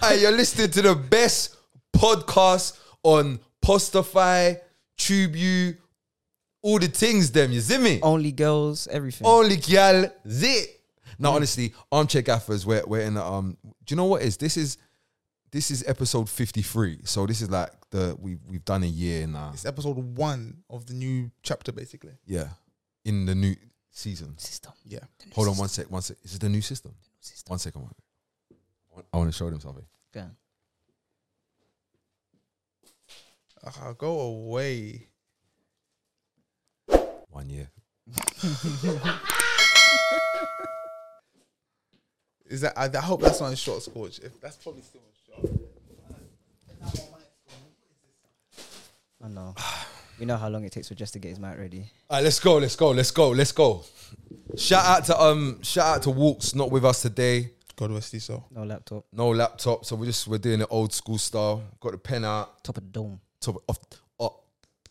Hey, you're listening to the best podcast on Postify, TubeU, all the things, them. You see me? Only girls, everything. Only gyal, zit. Now, honestly, armchair gaffers. We're we're in the, um. Do you know what is this is this is episode fifty three. So this is like the we we've done a year now. It's episode one of the new chapter, basically. Yeah, in the new season. System. Yeah. Hold on one sec. One sec. Is it the new system? One second. One. I want- I want to show them something. Okay. Ah, go away. One year. Is that? I, I hope that's not in short scorch. If that's probably still in short. I know. We know how long it takes for Jess to get his mic ready. All right, let's go, let's go, let's go, let's go. Shout out to um, shout out to Walks not with us today. God rest his soul. No laptop. No laptop, so we're just we're doing it old school style. Got the pen out, Top of the dome. top off, off,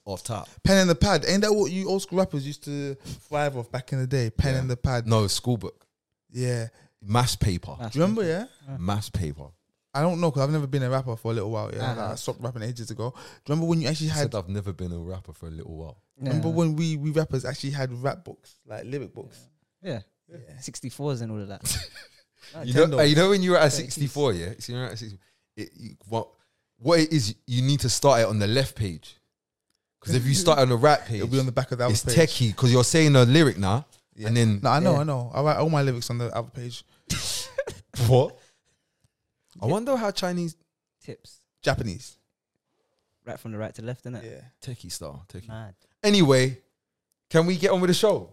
off top. Pen and the pad. Ain't that what you old school rappers used to thrive off back in the day? Pen and the pad. No school book, Yeah. mass paper, Maths. Do you remember? Yeah. mass paper. I don't know because I've never been a rapper for a little while. Yeah. Uh-huh. Like, I stopped rapping ages ago. Do you remember when you actually I had? said I've never been a rapper for a little while. Remember Yeah. when we we rappers actually had rap books, like lyric books. Yeah. Yeah. 64s and all of that. You know, Nintendo. hey, you know when you were at Thirties. sixty four, yeah. So you're at sixty. It, you, what what it is? You need to start it on the left page, because if you start on the right page, It'll be on the back of the album it's page. techie. Because you're saying a lyric now, Yeah. and then No, I know, Yeah. I know. I write all my lyrics on the album page. What? I wonder how Chinese Tips. Japanese. Right from the right to left, innit? Yeah. techie style techie. Mad. Anyway, can we get on with the show?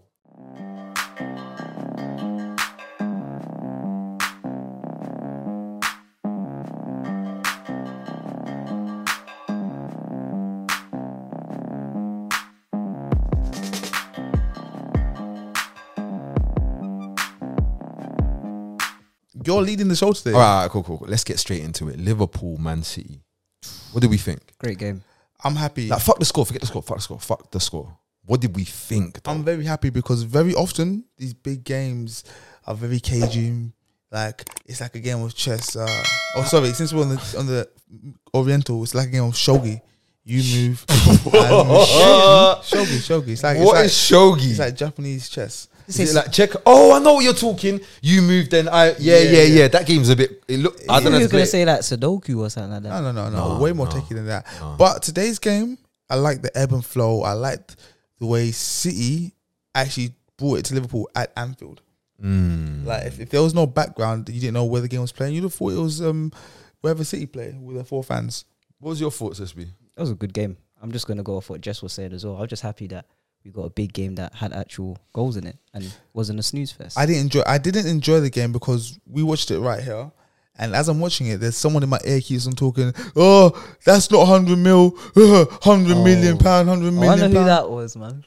You're leading the show today. All right, all right, cool, cool, cool. Let's get straight into it. Liverpool, Man City. What did we think? Great game. I'm happy. Like, fuck the score. Forget the score. Fuck the score. Fuck the score. What did we think? though? I'm very happy because very often these big games are very cagey. Like it's like a game of chess. Uh, oh, sorry. Since we're on the on the Oriental, it's like a game of shogi. You move. I move. shogi, shogi. It's like What is it's like, shogi? it's like Japanese chess. This is it like check? Oh, I know what you're talking. You move, then I. Yeah, yeah, yeah. yeah. That game's a bit. It look. I don't know. you if were it's great. going to say like Sudoku or something like that. No, no, no, no. No, Way more no, techie than that. no. But today's game, I like the ebb and flow. I liked the way City actually brought it to Liverpool at Anfield. Mm. Like if, if there was no background, you didn't know where the game was playing. You'd have thought it was um wherever City play with their four fans. What was your thoughts, SB? That was a good game. I'm just going to go off what Jess was saying as well. I was just happy that we got a big game that had actual goals in it and wasn't a snooze fest. I didn't enjoy. I didn't enjoy the game because we watched it right here. And as I'm watching it, there's someone in my ear keeps on talking. Oh, that's not hundred mil, hundred million pound, hundred Oh, I wonder million who pound. that was, man.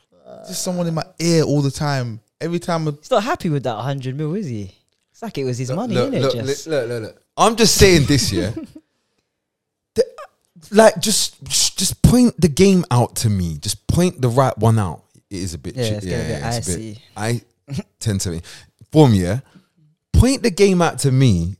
Just someone in my ear all the time. Every time a He's not happy with that 100 mil, is he? It's like it was his money, look, innit, look, Jess? look, look, look. I'm just saying this, yeah. The- like, just just point the game out to me. Just point the right one out. It is a bit. Yeah, chi- it's getting a bit it's icy. I tend to be. Boom, yeah. Point the game out to me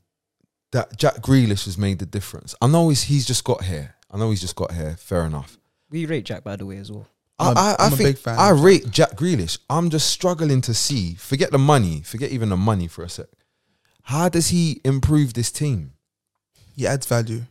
that Jack Grealish has made the difference. I know he's, he's just got here. I know he's just got here. Fair enough. We rate Jack, by the way, as well. I I'm a- I- I I'm a think big fan I of Jack. rate Jack Grealish. I'm just struggling to see. Forget the money. Forget even the money for a sec. How does he improve this team? he adds value.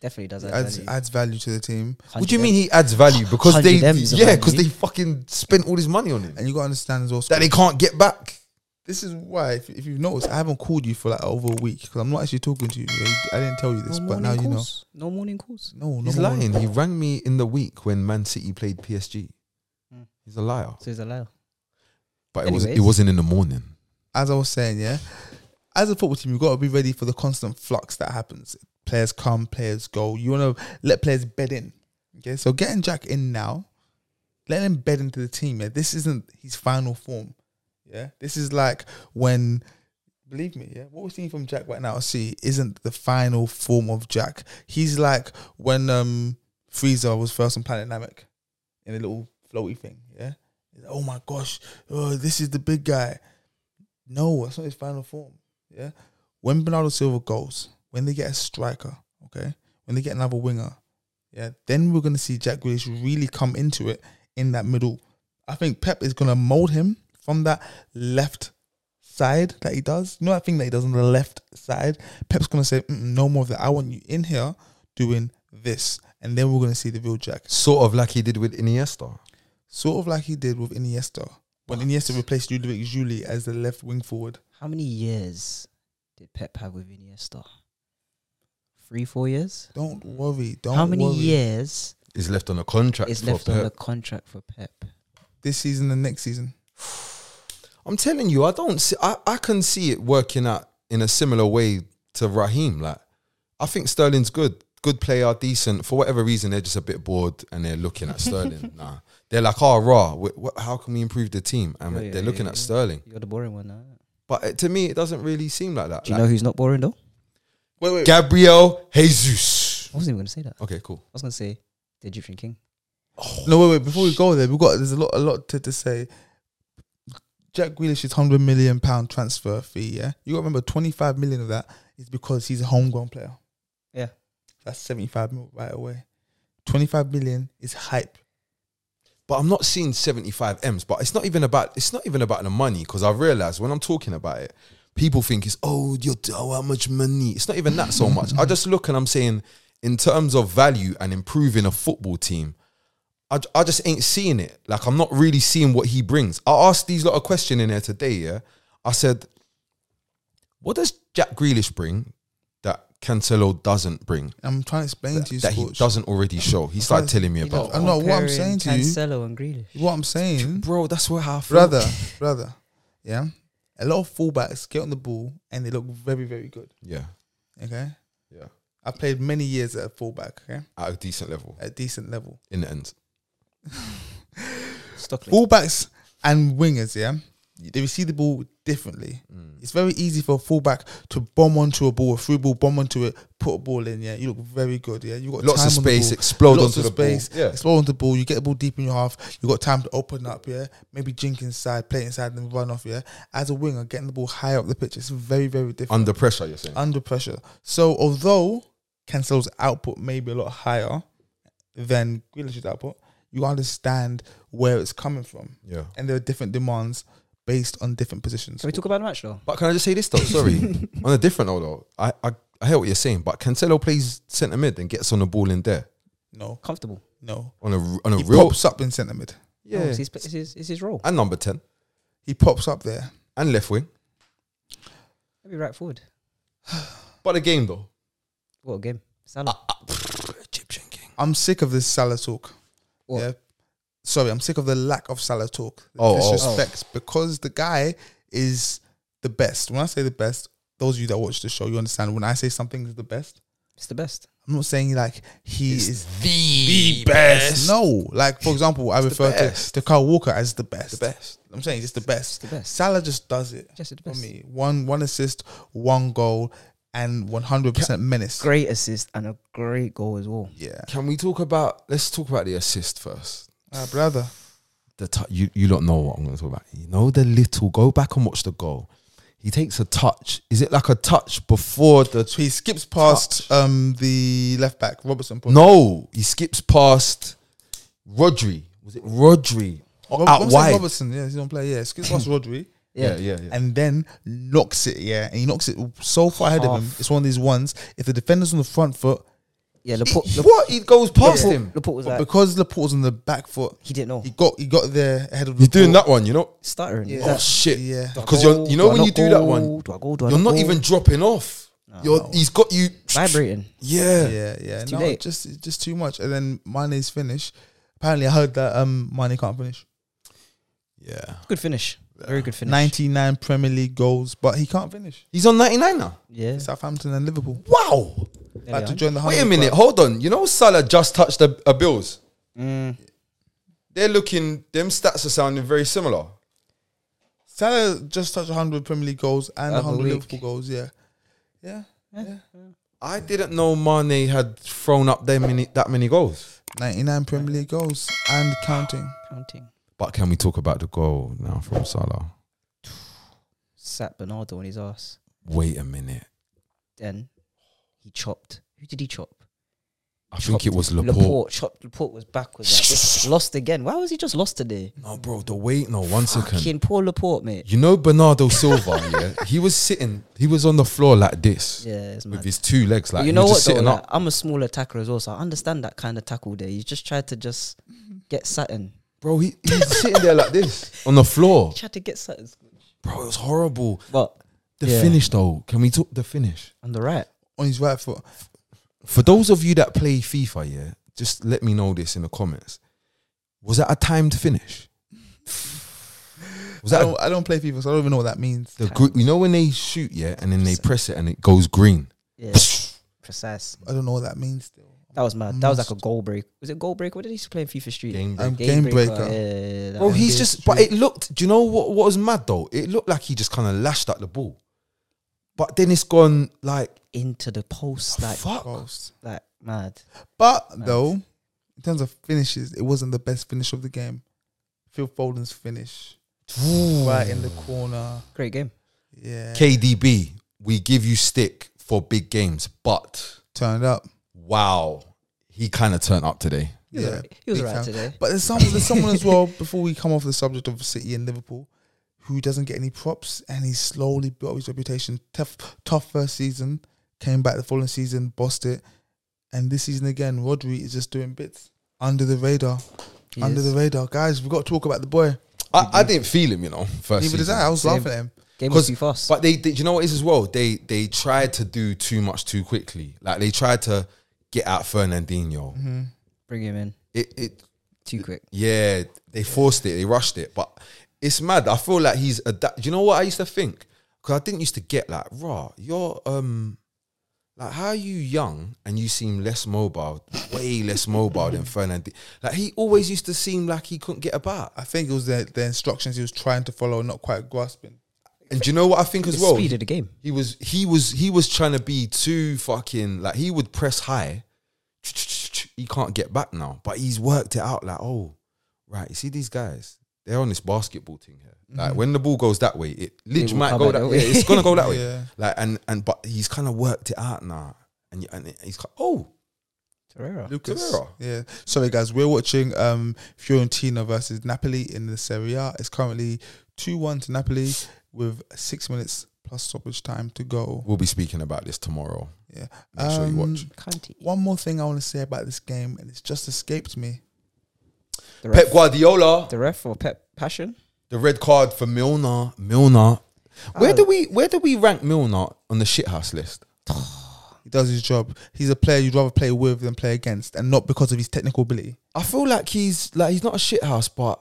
Definitely does that. adds, adds value to the team. What do you mean he adds value? Because 100 they M's of yeah, value. because they fucking spent all this money on him And you got to understand as well. that they can't get back. this is why, if, if you've noticed, I haven't called you for like over a week because I'm not actually talking to you. I, I didn't tell you this, but now you know. calls? No morning calls. No, no He's more. lying. He rang me in the week when Man City played PSG. Hmm. He's a liar. So he's a liar. But it wasn't. It Anyways. wasn't in the morning. As I was saying, yeah. As a football team, you've got to be ready for the constant flux that happens. Players come, players go. You want to let players bed in. Okay, so getting Jack in now, let him bed into the team. Yeah, this isn't his final form. Yeah, this is like when, believe me, yeah, what we're seeing from Jack right now, see, isn't the final form of Jack. He's like when um Freezer was first on Planet Namek in a little floaty thing. Yeah, He's like, oh my gosh, oh, this is the big guy. No, that's not his final form. Yeah, when Bernardo Silva goes, when they get a striker, okay, when they get another winger, yeah, then we're gonna see Jack Grealish really come into it in that middle. I think Pep is gonna mold him from that left side that he does. You know that thing that he does on the left side. Pep's gonna say, "Mm-mm, "No more of that. I want you in here doing this," and then we're gonna see the real Jack, Sort of like he did with Iniesta. sort of like he did with Iniesta when Iniesta replaced Ludovic Juli as the left wing forward. How many years did Pep have with Iniesta? Three, four years. Don't worry. Don't How many worry. years Is left on a contract. is for left on Pep. the contract for Pep? This season and next season. I'm telling you, I don't see. I, I can see it working out in a similar way to Raheem. Like, I think Sterling's good, good player, decent. For whatever reason, they're just a bit bored and they're looking at Sterling. Nah, they're like, oh, raw. wh- wh- how can we improve the team? And Yeah, yeah, they're yeah, looking yeah. at Sterling. You're the boring one. Now. But it- to me, it doesn't really seem like that. Do you Like, know who's not boring though? Wait, wait. Gabriel Jesus. I wasn't even gonna say that. I Okay, cool. was gonna say the Egyptian king. No, wait, wait. Before we go there, we've got there's a lot, a lot to, to say. Jack Grealish's hundred million pound transfer fee. Yeah, you got to remember twenty five million of that is because he's a homegrown player. Yeah. that's seventy five mil right away. Twenty five million is hype. But I'm not seeing 75 m's. But it's not even about it's not even about the money because I realize when I'm talking about it, people think it's oh you're oh, how much money. It's not even that so much. I just look and I'm saying in terms of value and improving a football team, I, I just ain't seeing it. Like I'm not really seeing what he brings. I asked these lot of question in there today. Yeah, I said, what does Jack Grealish bring that Cancelo doesn't bring? I'm trying to explain to you, That he Scorch. doesn't already show. He started telling me about. I know what I'm saying to you. Cancelo and Grealish. What I'm saying, Bro, that's where I feel. brother, brother. Yeah, a lot of fullbacks get on the ball and they look very, very good. Yeah, Okay, yeah. I played many years at fullback. Okay, at a decent level at decent level. in the end. Stockley. fullbacks and wingers, yeah, they receive the ball differently. Mm. It's very easy for a fullback to bomb onto a ball, a through ball, bomb onto it, put a ball in. Yeah, you look very good. Yeah, you got Lots time of on the space, ball. explode Lots onto of the ball. space, Yeah. explode onto the ball. You get the ball deep in your half. You got time to open up. Yeah, maybe jink inside, play inside, and run off. Yeah, as a winger, getting the ball higher up the pitch is very, very different Under pressure, you're saying? under pressure. So although Cancelo's output may be a lot higher than Grealish's output, you understand where it's coming from. Yeah. And there are different demands based on different positions. Can we talk about the match though? But can I just say this though? Sorry. On a different note though, I, I, I hear what you're saying, but Cancelo plays centre mid and gets on the ball in there. No, Comfortable. no. On a on a He real pops up in centre mid. Yeah, yeah. it's, his, it's, his, it's his role. and number 10 He pops up there. and left wing. Maybe right forward. But the game though. What a game, Salah. uh, Egyptian king. I'm sick of this Salah talk. What? Yeah. Sorry, I'm sick of the lack of Salah talk. The Oh, oh, oh. disrespect because the guy is the best. When I say the best, those of you that watch the show, you understand when I say something is the best, It's the best. I'm not saying like he is The, No, like for example, I It's the refer to, best. to Kyle Walker as the best. The best. I'm saying he's the best. the best. Salah just does it Just the for best. me. One one assist, one goal, and 100 percent menace. Great assist and a great goal as well. Yeah, Can we talk about let's talk about the assist first. Ah, brother. the tou- you you don't know what I'm going to talk about. You know the little. Go back and watch the goal. He takes a touch. Is it like a touch before the? So he skips past Touch. um the left back Robertson. no, he skips past Rodri. Was it Rodri out Rob- I'm saying wide? Robertson. Yeah, he's on play. Yeah, skips past Rodri. Yeah, yeah, yeah. and then knocks it. Yeah, and he knocks it so far ahead of him. Half. It's one of these ones. If the defender's on the front foot, Yeah, He- Laporte. Laporte, what? He goes past Laporte, him. Laporte was but like, because Laporte's on the back foot, he didn't know. he got he got there ahead of. He's doing Laporte. that one, you know. Stuttering. Yeah. He's Oh like, shit! Yeah. do I Because go? you you know Do I when you not do that go? one, Do I go? Do I you're not go? even dropping off. You're he's got you. vibrating. Yeah. Yeah, yeah. too No, late. just it's just too much. And then Mane's finish. Apparently, I heard that um Mane can't finish. yeah. Good finish. Very good finish. Ninety nine Premier League goals, but he can't finish. He's on 99 now. Yeah. Southampton and Liverpool Wow. there about we to are. join the. Wait a 100 minute. club. Hold on. You know Salah just touched the a Bills. Mm, They're looking. Them stats are sounding very similar. Salah just touched hundred Premier League goals and Other hundred week. Liverpool goals. Yeah, yeah, yeah. I didn't know Mane had thrown up that many that many goals. Ninety nine Premier League goals and counting. counting. But can we talk about the goal now from Salah? Sat Bernardo on his ass. Wait a minute. Then He chopped. Who did he chop? I think it was Laporte. Laporte chopped. Laporte was backwards. like this. lost again. Why was he just lost today? No, bro, the wait. No, one second. Fucking poor Laporte, mate. You know Bernardo Silva, yeah? He was sitting, he was on the floor like this Yeah, it's with mad. his two legs, like But you know he was what? just Though, sitting like, up. I'm a small attacker as well, so I understand that kind of tackle there. You just tried to just get satin. Bro, he, he's sitting there like this on the floor. Tried to get satin, Bro, it was horrible. but The Yeah. finish, though, can we talk the finish? on the right, on his right foot. For those of you that play FIFA, yeah, just let me know this in the comments. Was that a timed finish? Was I that a don't, I don't play FIFA, so I don't even know what that means. The gr- you know when they shoot, yeah, and then they press it and it goes green. yeah, precise. I don't know what that means. Still, That was mad. That was like a goal break. Was it goal break? What did he used to play in FIFA Street? Game Um, Game game breaker. Yeah, yeah, yeah, that Bro, one. he's Engage just. But it looked. Do you know what? What was mad though? It looked like he just kind of lashed at the ball, but then it's gone like into the post like fuck. Goals. like mad. But though, in terms of finishes, it wasn't the best finish of the game. Phil Foden's finish, right in the corner. Great game. Yeah, KDB, we give you stick for big games, but turned up. wow, he kind of turned up today. He was Yeah, alright- he was big alright time. today. But there's someone, there's someone as well. Before we come off the subject of City and Liverpool, who doesn't get any props, and he slowly built up his reputation. Tough, tough first season, came back the following season, bossed it, and this season again, Rodri is just doing bits under the radar. He under is. the radar, guys. We've got to talk about the boy. I, I didn't feel him, you know. First, Neither did season. I. I was Same. laughing at him. game was 'Cause- too fast. But they, they, you know what it is as well? They they tried to do too much too quickly. Like they tried to get out Fernandinho. Bring him in It it too quick. yeah, they forced it, they rushed it, but it's mad. I feel like he's adapt. Do you know what I used to think? Because I didn't used to get like, raw, you're um, like how are you young and you seem less mobile, way less mobile than Fernandinho. Like he always used to seem like he couldn't get about. I think it was the, the instructions he was trying to follow, not quite grasping. And do you know what I think as The well? speed of the game. He was he was he was trying to be too fucking like he would press high. He can't get back now, but he's worked it out. Like, oh, right. You see these guys? They're on this basketball thing here. Like when the ball goes that way, it literally will might come go back that that way. way. Yeah, it's gonna go Oh, that way. Yeah. Like and and but he's kind of worked it out now, and and he's like, oh, Torreira. Lucas. Torreira. Yeah. Sorry, guys. We're watching um, Fiorentina versus Napoli in the Serie A. It's currently 2 1 to Napoli with six minutes plus stoppage time to go. we'll be speaking about this tomorrow. Yeah. Make sure you Um, watch. Kanti. One more thing I want to say about this game, and it's just escaped me. The Pep ref, Guardiola, the ref or Pep Passion? the red card for Milner. Milner. Where Oh. do we where do we rank Milner on the shithouse list? He does his job. He's a player you'd rather play with than play against, and not because of his technical ability. I feel like he's like he's not a shithouse, but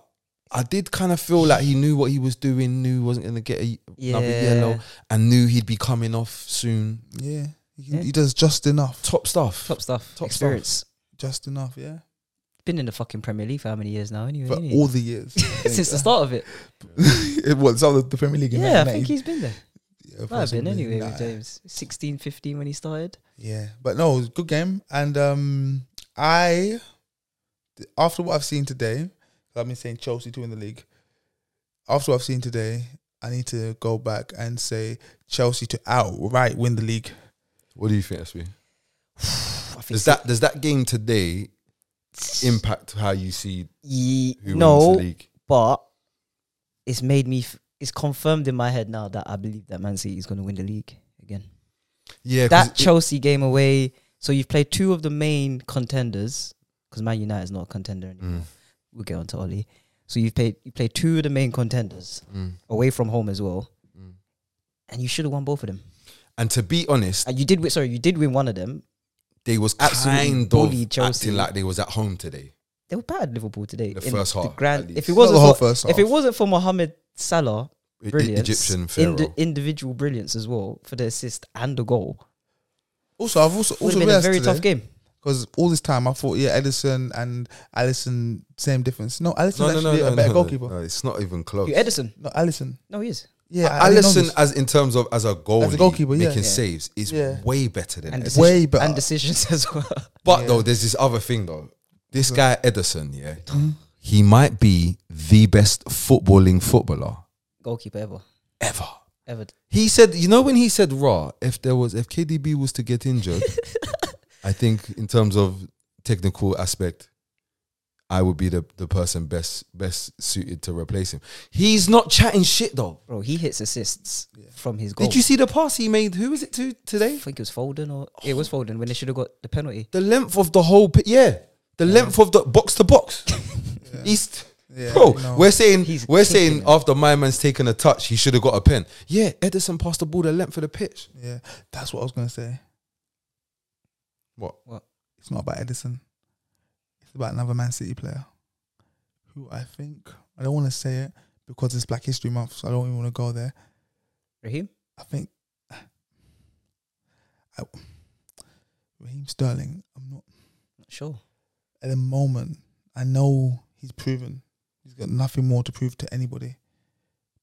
I did kind of feel like he knew what he was doing, knew he wasn't going to get a, another Yeah. yellow, and knew he'd be coming off soon. Yeah. He, Yeah. he does just enough. Top stuff. Top stuff. Top Experience. Just enough, yeah. Been in the fucking Premier League for how many years now? Anyway, For ain't he? all the years. since the start of it. it was out of the Premier League. in Yeah, I 1990. think he's been there. Yeah, Might have been possibly. anyway with Nah. James. 16, 15 when he started. Yeah, but no, it was a good game. And um, I, th- after what I've seen today, 'cause I've been saying Chelsea two in the league. After what I've seen today, I need to go back and say Chelsea to outright win the league. What do you think, SB? I think Does that does that game today impact how you see Ye- who no, wins the league? but it's made me. F- it's confirmed in my head now that I believe that Man City is going to win the league again. Yeah, 'cause that it- Chelsea game away. So you've played two of the main contenders because Man United is not a contender anymore. Mm, We'll get on to Oli. So you've played you played two of the main contenders mm, away from home as well, mm. and you should have won both of them. And to be honest, And you did. Win, sorry, you did win one of them. they was Absolutely kind bullied of Chelsea. acting like they was at home today. They were bad at Liverpool today. The first half, at grand, least. if it Not wasn't the whole for, first if it half. wasn't for Mohamed Salah, I- I- brilliance, E-, Egyptian pharaoh. indi- individual brilliance as well for the assist and the goal, Also, I've also it would also have been a very realized tough game. because all this time I thought yeah, Edison and Allison same difference. No, Allison's no, no, no, actually no, a better no, goalkeeper. no, it's not even close. You Edison? No, Allison. No, he is. Yeah, I didn't know Allison, this. as in terms of as a goalie, goalkeeper, yeah. making Yeah. saves is Yeah. way better than And Edison. decision- Way better. and decisions as well. But Yeah. though, there's this other thing though. This guy Edison, yeah, he might be the best footballing footballer Goalkeeper ever. ever. ever. He said, you know, when he said raw, if there was if KDB was to get injured, I think in terms of technical aspect, I would be the, the person best best suited to replace him. He's not chatting shit though. Bro, he hits assists from his goal. Did you see the pass he made? Who was it to I today? think it was Foden or it was Foden when they should have got the penalty. The length of the whole pi- yeah, the length of the box to box. He's Yeah, bro. I know. We're saying He's we're kicking saying him. after my man's taken a touch, he should have got a pen. Yeah, Edison passed the ball the length of the pitch. yeah, that's what I was gonna say. What? What? It's not about Edison. It's about another Man City player, who I think I don't want to say it because it's Black History Month, so I don't even want to go there. Raheem? I think I, Raheem Sterling. I'm not Not sure. at the moment. I know he's proven he's got nothing more to prove to anybody,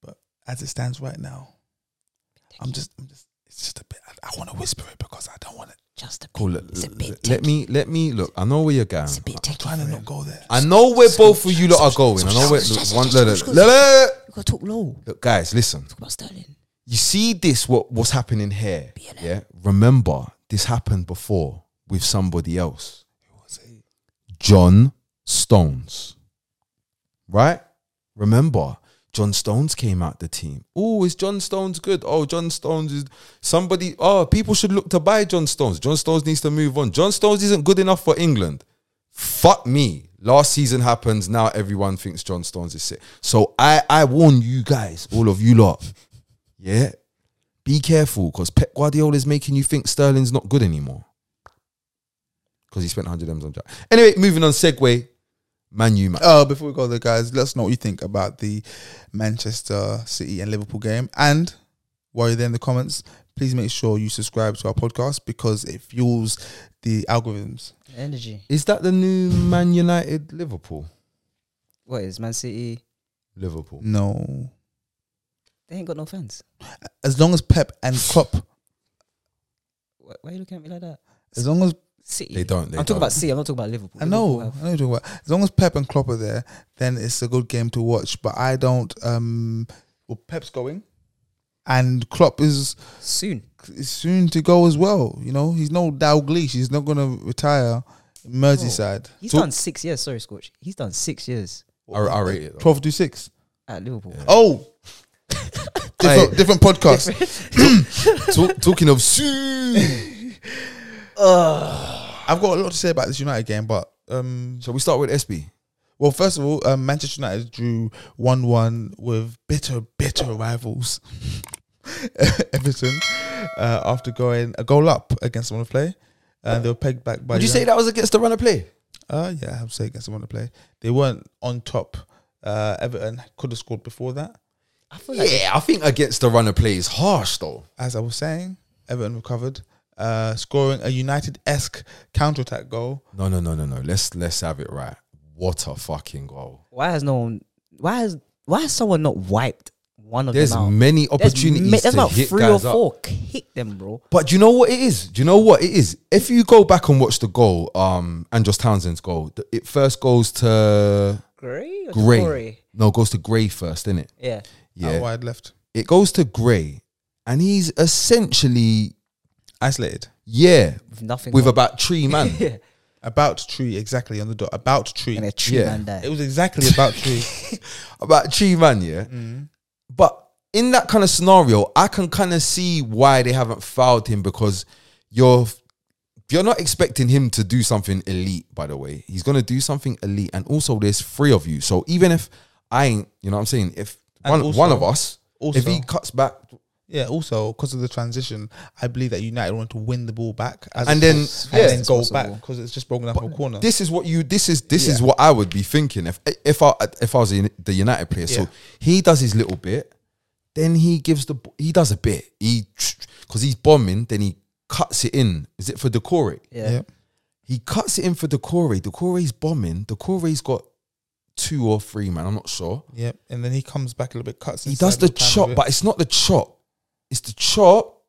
but as it stands right now, I'm just, I'm just. It's just a bit. I, I want to whisper it because I don't want to. just a Cool. Let, It's a bit let me let me look. I know where you're going. It's a bit I'm techie. trying to not go there. I know where both of you lot are going. I know where look, one. Look, look, look, look, You gotta talk low. look, guys, listen. Talk about Sterling. You see this what what's happening here. Yeah. Remember, this happened before with somebody else. John Stones. Right? Remember, John Stones came out the team. Oh, is John Stones good? Oh, John Stones is somebody. Oh, people should look to buy John Stones. John Stones needs to move on. John Stones isn't good enough for England. Fuck me. Last season happens. Now everyone thinks John Stones is sick. So I, I warn you guys, all of you lot. Yeah. Be careful because Pep Guardiola is making you think Sterling's not good anymore. Because he spent 100 M's on Jack. Anyway, moving on, segue. Man U match. Uh, before we go there, guys, let us know what you think about the Manchester City and Liverpool game. And while you're there in the comments, please make sure you subscribe to our podcast because it fuels the algorithms. Energy. Is that the new Man United Liverpool? What is Man City? Liverpool. No. They ain't got no fans. As long as Pep and Klopp, Why, why are you looking at me like that? as long as City. They don't. They I'm don't. talking about City. I'm not talking about Liverpool. I know, Liverpool I have- know what you're talking about. As long as Pep and Klopp are there, then it's a good game to watch. But I don't. Um, well, Pep's going, and Klopp is Soon. is soon to go as well. You know, he's no Dalgleish. He's not going to retire in Merseyside. He's So- done six years. Sorry, Scorch. He's done six years I, I rate it. though. Prof do six. at Liverpool. Oh, different, different podcast. Talk- talking of soon. I've got a lot to say about this United game, but um, Shall we start with SB? well, first of all, um, Manchester United drew one-one with bitter, bitter rivals Everton uh, after going a goal up against them on the play, and they were pegged back by. Would you say that was against the run of play? Uh, yeah, I have to say against them on the play, they weren't on top. Uh, Everton could have scored before that. I feel like Yeah, I think against the run of play is harsh though. as I was saying, Everton recovered, uh, scoring a United esque counter attack goal. No, no, no, no, no. Let's let's have it right. What a fucking goal. why has no one? Why has why has someone not wiped one of There's them out? many There's ma- opportunities There's to about hit three or guys up. four. Kick them, bro. But do you know what it is? Do you know what it is? If you go back and watch the goal, um, Andros Townsend's goal, th- it first goes to Gray. Or Gray. Gray. No, it goes to Gray first, isn't it? Yeah. Out Yeah, wide left, it goes to Gray, and he's essentially isolated. yeah With nothing. with on. about three man. yeah. About tree, exactly on the dot. About tree. And a tree Yeah. man died. It was exactly about tree. about three man, yeah. Mm. But in that kind of scenario, I can kind of see why they haven't fouled him because you're you're not expecting him to do something elite. By the way, he's gonna do something elite, and also there's three of you. So even if I ain't, you know what I'm saying, if And one also- one of us, also- if he cuts back, Yeah. Also, because of the transition, I believe that United wanted to win the ball back, as And opposed- then- and yeah. then go It's back possible. because it's just broken up a corner. this is what you this is this is Yeah. what I would be thinking if if I if I was the the United player. Yeah. So he does his little bit, then he gives the b- he does a bit. He because he's bombing, then he cuts it in. Is it for Decore? yeah. Yeah. He cuts it in for Decore. Decore's bombing. Decore's got two or three man. I'm not sure. Yep. And then he comes back a little bit, cuts. He does inside the with time of chop, it. but it's not the chop. It's the chop,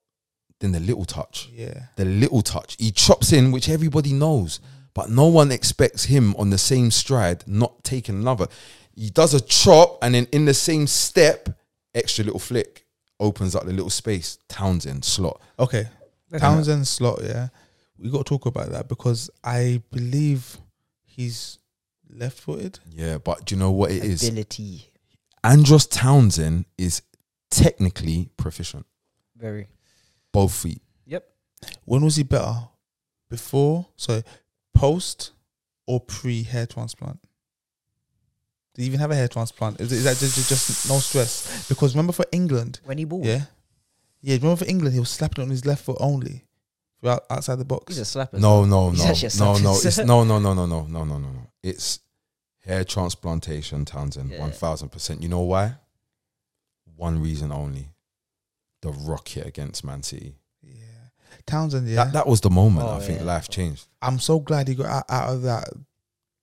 then the little touch yeah. the little touch. He chops in, which everybody knows, but no one expects him on the same stride not taking another. He does a chop and then in the same step, extra little flick. opens up the little space. Townsend slot. Okay. Townsend slot, yeah. We got to talk about that because I believe he's left footed. Yeah, but do you know what it is? Ability. Andros Townsend is technically proficient. Very. Both feet. Yep. When was he better? Before? So post or pre hair transplant? Did he even have a hair transplant? Is, is that just, just just no stress? Because remember for England, When he balled, yeah, yeah. Remember for England, he was slapping it on his left foot only, throughout outside the box. he's a slapper. No, no, He's no, actually a no, no. scientist. It's no, no, no, no, no, no, no, no, no. It's hair transplantation, Townsend. Yeah. One thousand percent. You know why? One reason only: the rocket against Man City. yeah, Townsend. Yeah, That that was the moment. Oh, I think yeah. life changed. I'm so glad he got out, out of that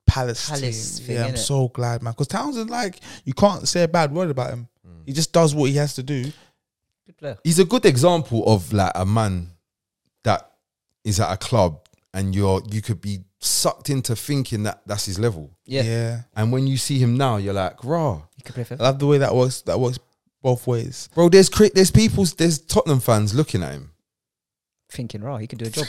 Palace, Palace team. thing, yeah, I'm innit? so glad, man. Because Townsend, like, you can't say a bad word about him. Mm. He just does what he has to do. Good player. He's a good example of like a man that is at a club, and you're you could be sucked into thinking that that's his level. Yeah. And when you see him now, you're like, rah. He could play for. I love the way that works. That works both ways. Bro, there's cri- there's people, there's Tottenham fans looking at him. Thinking, raw, he could do a job.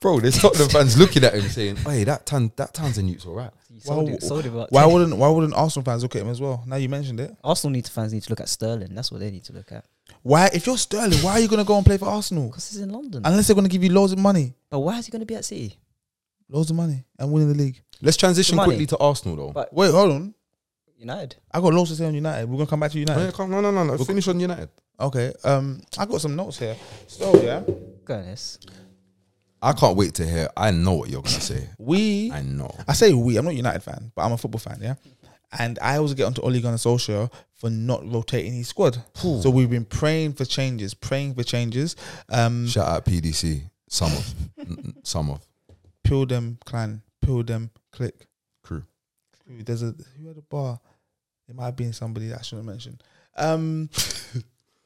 Bro, there's Tottenham fans looking at him saying, "Hey, that tan- that Townsend youth's all right." He sold Why- him- sold him about Why 10. wouldn't Why wouldn't Arsenal fans look at him as well? Now you mentioned it. Arsenal need to fans need to look at Sterling. That's what they need to look at Why, if you're Sterling, why are you gonna go and play for Arsenal? because he's in London. Unless they're gonna give you loads of money, but why is he going to be at City? loads of money, and winning the league. Let's transition Money. quickly to Arsenal, though. But Wait, hold on. United. I got loads to say on United. We're gonna come back to uh, no, United. come- no, no, no, no. Finish on United. Okay. Um, I got some notes here. So yeah, Go on, yes. I can't wait to hear. I know what you're gonna say. we I know. I say we. I'm not a United fan, but I'm a football fan. Yeah, and I always get onto Ole Gunnar Solskjaer for not rotating his squad. So we've been praying for changes, praying for changes. Um, Shout out PDC. Some of, N- n- some of peel them, clan, peel them, click. crew. Ooh, There's a who had a bar. It might have been somebody that I shouldn't mention. Um,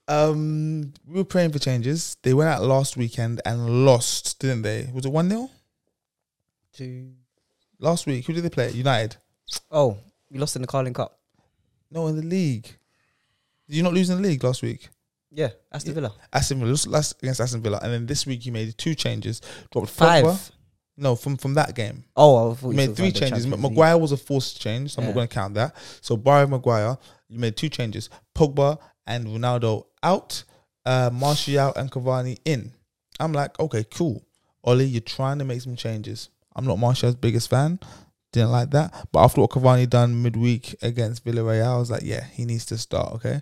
um, we were praying for changes. They went out last weekend and lost, didn't they? Was it one 0 Two. last week? Who did they play? United. Oh, we lost in the Carling Cup. No, in the league. Did you not lose in the league last week? Yeah, Aston Yeah. Villa. Aston Villa lost last against Aston Villa, and then this week he made two changes. Dropped Five. Pogba. No, from from that game, Oh, I thought he you made talked three about the changes. Ma- Champions League. Maguire was a forced change, so I'm Yeah. not going to count that. So barring Maguire, you made two changes: Pogba and Ronaldo out, uh, Martial and Cavani in. I'm like, okay, cool. Ollie, you're trying to make some changes. I'm not Martial's biggest fan. Didn't like that, but after what Cavani done midweek against Villarreal, I was like, yeah, he needs to start. Okay,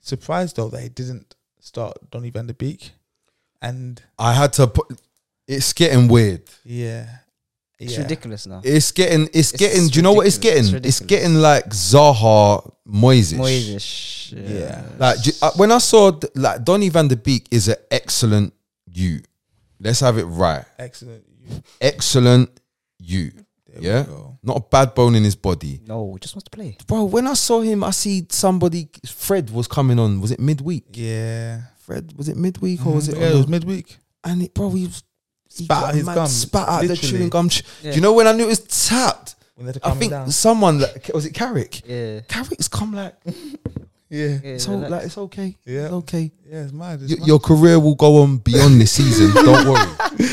surprised though that he didn't start Donny Van de Beek, and I had to put. It's getting weird. yeah, It's yeah. ridiculous now. It's getting. It's, It's getting. Do you know what it's ridiculous. getting? It's It's, ridiculous. getting like Zaha Moises. Moises. Yeah. Like ju- uh, when I saw th- like Donny Van de Beek is an excellent you. Let's have it right. Excellent. Excellent you. There Yeah. we go. Not a bad bone in his body. no, he just wants to play. Bro, when I saw him, I see somebody Fred was coming on. Was it midweek? Yeah. Fred, was it midweek or Mhm. was it? Yeah, on it was a- midweek. and it, bro, he, was- he Spat got out his mad- gum, Spat out the literally. chewing gum. ch- Yeah. Do you know when I knew it was tapped? When they're I coming think down. someone like, was it Carrick? Yeah. Carrick's come like, yeah Yeah. it's, all, like it's okay. Yeah. It's okay. Yeah, it's mad. It's Y- mad. your career will go on beyond this season. Don't worry.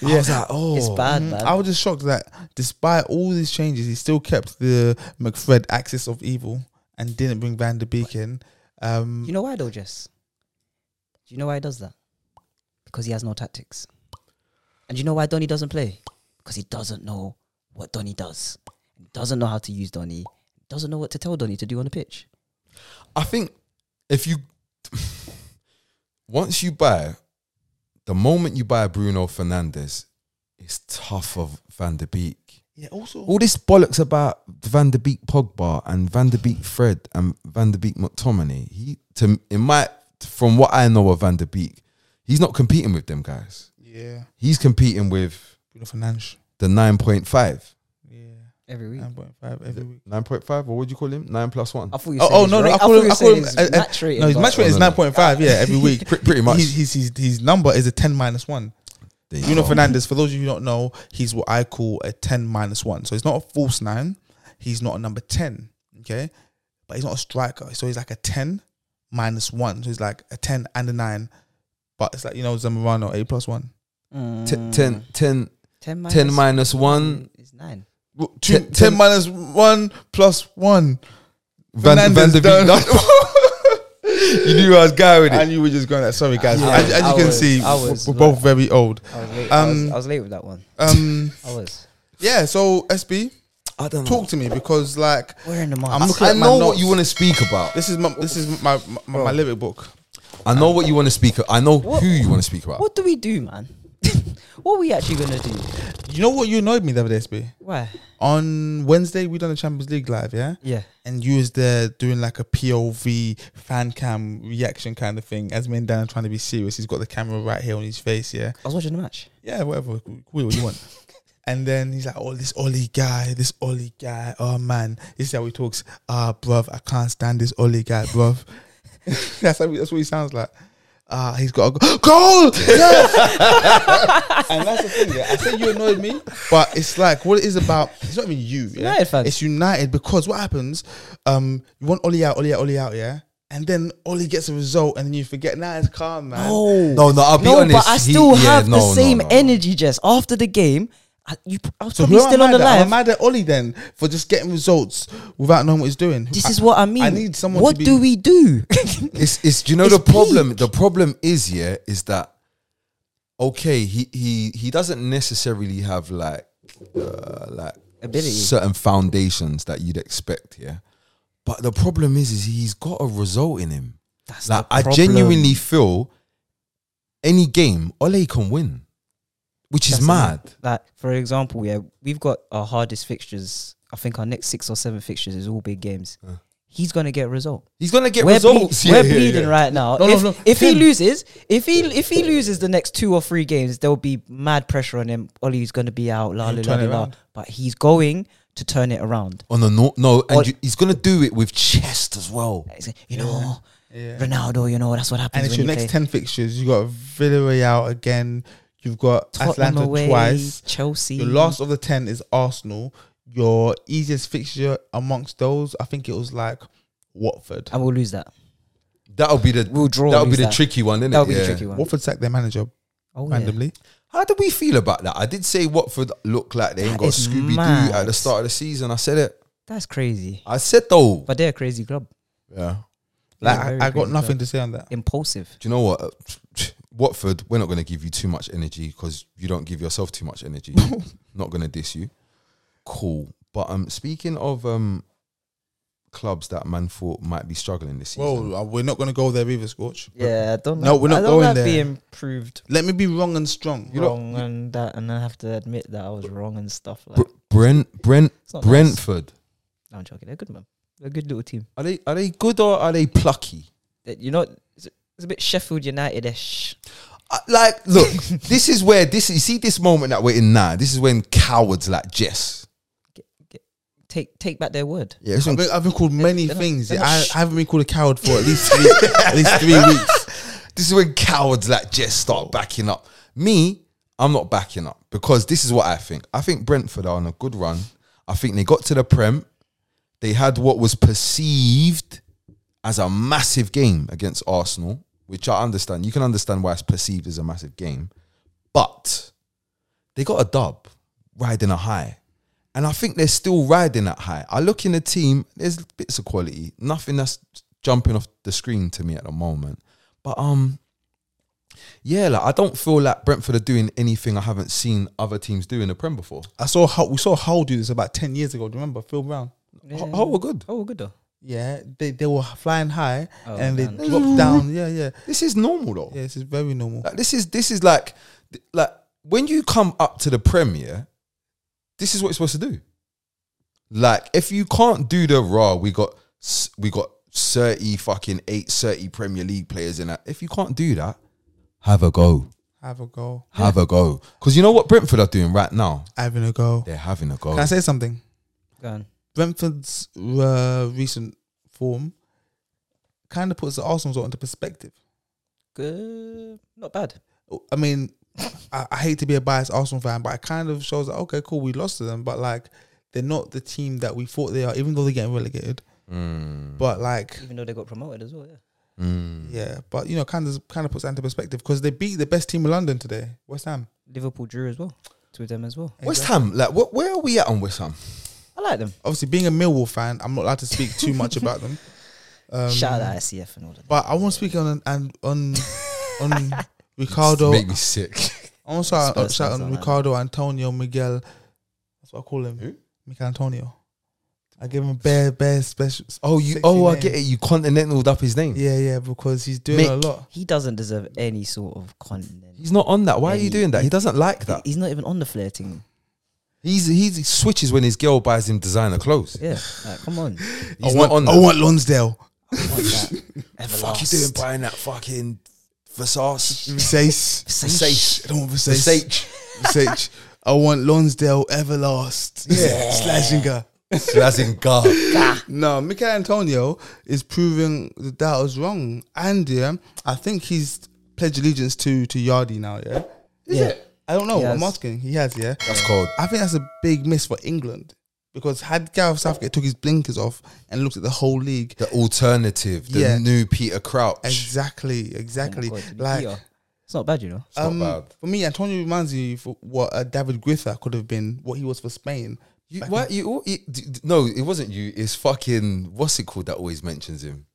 I was like, oh, it's bad, Mhm. man. I was just shocked that despite all these changes, he still kept the McFred axis of evil and didn't bring Van der Beek in. Um, you know why though, Jess? Do you know why he does that? Because he has no tactics. And do you know why Donny doesn't play? Because he doesn't know what Donny does. Doesn't know how to use Donny. Doesn't know what to tell Donny to do on the pitch. I think if you once you buy, the moment you buy Bruno Fernandez, it's tough of Van der Beek. yeah, also, All this bollocks about Van der Beek Pogba and Van der Beek Fred and Van der Beek McTominay. He to in my from what I know of Van der Beek, he's not competing with them guys. yeah, He's competing with Bruno Fernandes. the nine point five. Yeah, Every Um, week. 9.5 every week. Nine point five, or what do you call him? Nine plus one. I thought you Oh, said oh, his no, no, rate- I thought call you him- were I saying call his him- I- match rate. No, his but- match rate is No, no, no. 9.5, yeah, every week. Pre- pretty much. His, his, his, his number is a 10 minus 1. There you Bruno go. Fernandez, for those of you who don't know, he's what I call a 10 minus 1. So he's not a false 9. He's not a number 10. Okay. But he's not a striker. So he's like a 10 minus one. So it's like a 10 and a nine. But it's like, you know, Zamorano, A plus one. T- 10, 10, 10 Mm. minus, 10 minus 1. is 9. Well, two- Ten- 10 minus one plus one. Van, Van Fernandes de Beek. done. you knew I was going with it. and you were just going like, sorry guys. Yeah. as, as you I can was- see, I we're- was we're both very old. I was, late. I, was, Um, I was late with that one. Um, I was. yeah. So SB, I don't know. talk to me because like We're in the I'm month. looking I at my know what notes. you want to speak about. This is my this is my my, my, my lyric book. I know what you want to speak. I know What- who you want to speak about. What do we do, man? what are we actually going to do? You know what you annoyed me the other day, SB? Why? On Wednesday we done the Champions League live, yeah. Yeah. And you was there doing like a POV fan cam reaction kind of thing. As me and Dan are trying to be serious, he's got the camera right here on his face, yeah. I was watching the match. yeah, whatever, call it what you want. and then he's like, oh, this Oli guy, this Oli guy, oh man, this is how he talks. Ah, bruv, I can't stand this Oli guy, bruv. that's, how, that's what he sounds like. Ah, he's got a go- goal. Yes! and that's the thing. Yeah, I said you annoyed me, but it's like what it is about. It's not even you. yeah? United fans. It's United because what happens? Um, you want Oli out, Oli out, Oli out, yeah, and then Oli gets a result, and then you forget. Now it's calm, man. No, no, I'll be no, honest. but I he- still yeah, have no, the no, same no, no. energy, Jess. After the game, I, you, I was So probably who am still I on the mad at? I'm live. mad at Ollie then for just getting results without knowing what he's doing. This is what I mean. I need someone. What to be, do we do? It's it's do you know It's the problem? peak. The problem is yeah, is that okay, he he he doesn't necessarily have like uh, like Ability. certain foundations that you'd expect, yeah. But the problem is is he's got a result in him. That's Like the I problem. genuinely feel any game Ole can win. Which is That's the mad. thing. Like for example, yeah, we've got our hardest fixtures. I think our next six or seven fixtures is all big games. He's gonna get a result. He's gonna get we're results. ble- yeah, we're yeah, bleeding yeah. right now. No, no, if no. if he Tim. loses, if he if he loses the next two or three games, there'll be mad pressure on him. Ollie's gonna be out, la la He'll la turn it la. la. around. But he's going to turn it around. On the no, no, and Ole- you, he's gonna do it with chest as well. He's like, You know, Yeah. Ronaldo. You know that's what happens. And it's when your you next play ten fixtures. You got Villarreal again. You've got Tottenham Atlanta away, twice. Chelsea. Your last of the ten is Arsenal. Your easiest fixture amongst those, I think it was like Watford. and we'll lose that. That'll be the We'll draw. that'll be lose the that. tricky one, isn't it? That'll be the tricky one. Watford sacked their manager Oh, yeah. randomly. How do we feel about that? I did say Watford look like they ain't That got is Scooby Doo mad. at the start of the season. I said it. That's crazy. I said though. But they're a crazy club. yeah. They're a very Like I, I got crazy nothing club. to say on that. Impulsive. Do you know what? Watford, we're not going to give you too much energy because you don't give yourself too much energy. not going to diss you. Cool. But um, speaking of um, clubs that man thought might be struggling this season. Well, uh, we're not going to go there either, Scorch. Yeah, I don't. No, like- we're not I don't going like there. Being proved Let me be wrong and strong. You know, wrong and that, and I have to admit that I was wrong and stuff. Like, Br- Brent, Brent, it's not nice. Brentford. No, I'm joking. They're good, man. They're a good little team. Are they are they good or are they plucky? They- You know, it's a, it's a bit Sheffield United-ish. I- Uh, like, look, this is where this you see this moment that we're in now. This is when cowards like Jess. Take take back their word. Yeah, it's I've when been, I've been called many they're not- things. they're yeah. not I, sh- I haven't been called a coward for at least three, at least three weeks. This is when cowards like Jess start backing up. Me, I'm not backing up because this is what I think. I think Brentford are on a good run. I think they got to the Prem. They had what was perceived as a massive game against Arsenal, which I understand. You can understand why it's perceived as a massive game. But they got a dub riding a high. And I think they're still riding that high. I look in the team, there's bits of quality. Nothing that's jumping off the screen to me at the moment. But um, yeah, like I don't feel like Brentford are doing anything I haven't seen other teams do in the Prem before. I saw how we saw Hull do this about ten years ago. Do you remember Phil Brown? Ho- Hull were good. Oh, we're good though. Yeah, they they were flying high Oh, and they man. dropped down. Yeah, yeah, This is normal though. yeah. This is very normal. Like this is this is like th- like when you come up to the Premier, this is what you're supposed to do. Like if you can't do the raw, we got s- we got thirty fucking eight thirty Premier League players in that. If you can't do that, have a go. Have a go, Have a go. Because you know what Brentford are doing right now? having a go. They're having a go. Can I say something? Go on. Brentford's uh, recent form kind of puts the Arsenal result into perspective. Good. Not bad. I mean, I, I hate to be a biased Arsenal fan, but it kind of shows that okay, cool, we lost to them, but like they're not the team that we thought they are, even though they're getting relegated. Mm. But like Even though they got promoted as well. Yeah. Yeah, but you know, kind of kind of puts that into perspective because they beat the best team in London today, West Ham. Liverpool drew as well. Two of them as well. West Ham, like, what, where are we at on West Ham? I like them. Obviously, being a Millwall fan, I'm not allowed to speak too much about them. Um, Shout out ICF and all of that. But I want to speak on and on on Ricardo. Make me sick. I want to shout, Spurs shout fans on like that. Ricardo Antonio Miguel. That's what I call him. Who? Miguel Antonio. I give him bare bare special. Oh, you. Sexy Oh, I name. get it. You continentaled up his name. Yeah, yeah, because he's doing Mick. a lot. He doesn't deserve any sort of content. He's not on that. Why are Yeah, you he- doing that? He doesn't like that. He's not even on the flirting. He's he switches when his girl buys him designer clothes. Yeah, like, come on. He's I want, not on that. I want Lonsdale. I want that. Fuck you Everlast. doing buying that fucking Versace? Versace. Versace. I don't want Versace. Versace. Versace. I want Lonsdale Everlast. Yeah. Slazinger. Slazinga. No, Mikel Antonio is proving the doubters wrong. And yeah, I think he's pledged allegiance to to Yardi now, yeah? Is Yeah. it? I don't know. He I'm has. asking. He has, yeah. That's cold. I think that's a big miss for England. Because had Gareth Southgate took his blinkers off and looked at the whole league. The alternative. The Yeah. new Peter Crouch. Exactly, Oh my exactly. God, did he like beat her? it's not bad, you know. It's not bad. Um, For me, Antonio reminds you for what uh, David Guetta could have been, what he was for Spain. You, back what you, all- you? d- d- No, it wasn't you. It's fucking what's it called that always mentions him?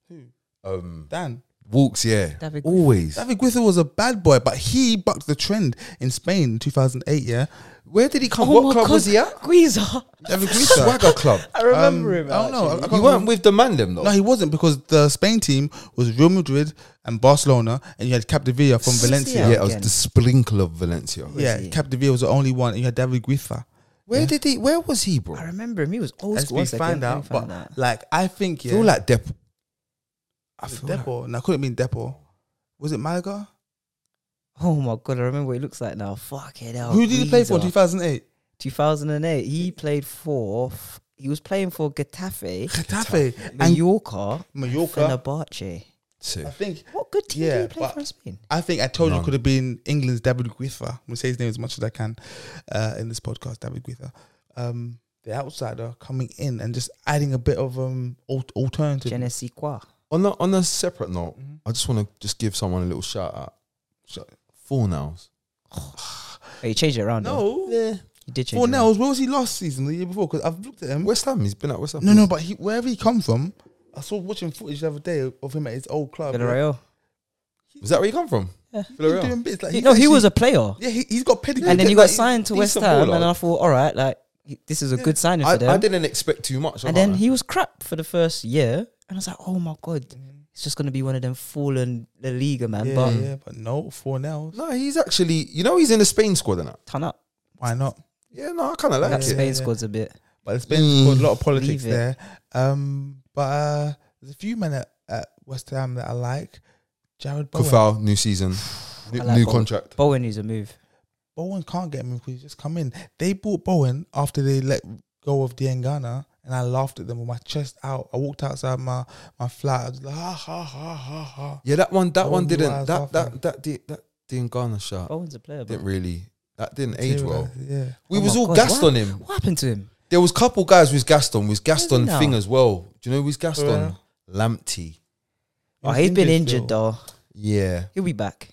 Um, Dan. Walks. Yeah. David Griffin. Always. David Guetta was a bad boy, but he bucked the trend in Spain in 2008, yeah? Where did he Oh come? what club was he at? Guiza. David Guetta. Swagger Club. I remember him. Um, I don't know. I- I actually. can't You weren't with the man them though. No, he wasn't because the Spain team was Real Madrid and Barcelona, and you had Capdevila from City, Valencia. yeah, I was Again. the sprinkle of Valencia. Yeah, he? Capdevila was the only one, and you had David Guetta. Where did he? Where was he, bro? I I remember him. He was old As school. we One second, find let me out, but find out. like I think, yeah, feel like Dep. I was it feel like Depor. No, could it mean Depor? Was it Malaga? Oh my god, I remember what he looks like now. Fuck it out. Who did he play for? in 2008. 2008. He played for. f- He was playing for Getafe, Getafe and Mallorca, Mallorca. Fenerbahce. sick. I think What good team Yeah, did he play but- for in Spain? I think I told None. you could have been England's David Guetta. I'm gonna say his name as much as I can uh, in this podcast, David Guetta. Um, the outsider coming in and just adding a bit of um al- alternative. Genesee Qua. On a, on a separate note, Mm-hmm. Mhm. I just want to just give someone a little shout out. So- Four nows. Oh, he changed it around. though. no, he did change. Four it around. Nels, where was he last season, the year before? Because I've looked at him. West Ham. He's been at West Ham. No, no, but he, wherever he come from, I saw watching footage the other day of him at his old club. Villarreal. was that where he come from? Yeah. He's Villarreal. doing bits. Like, He- he's no, he was actually- a player, Yeah, he, he's got pedigree. and then he Like, got he's signed to West decent Ham, baller. and I thought, all right, like he- this is a good signing I, for them. I didn't expect too much. and then he was crap for the first year, and I was like, oh my god, it's just gonna be one of them fallen La Liga man. Yeah, but yeah, but no, four Nels. no, he's actually. You know, he's in the Spain squad and that. turn up. Why not? Yeah, no, I kind of That like it. Spain yeah. squad's a bit. But it's been Mm. got a lot of politics Leave it. there. Um, but uh, there's a few men at, at West Ham that I like. Jared Bowen. Kufal, new season, new, I like new Bowen. contract. Bowen needs a move. Bowen can't get him because he just come in. They bought Bowen after they let go of Diangana, and I laughed at them with my chest out. I walked outside my my flat. I was like, ha ha ha ha ha. Yeah, that one. That Oh, one you didn't. are That that laughing. that di- that Dingana shot Bowen's a player. But didn't really. That didn't age well. Yeah. We Oh was my all God, gassed what? on him. what happened to him? There was couple guys who was gassed on. Was gassed Where's on he now? thing as well. Do you know who was gassed on? Where? Lamptey. Oh, was he's been injured injured though. Yeah, He'll be back.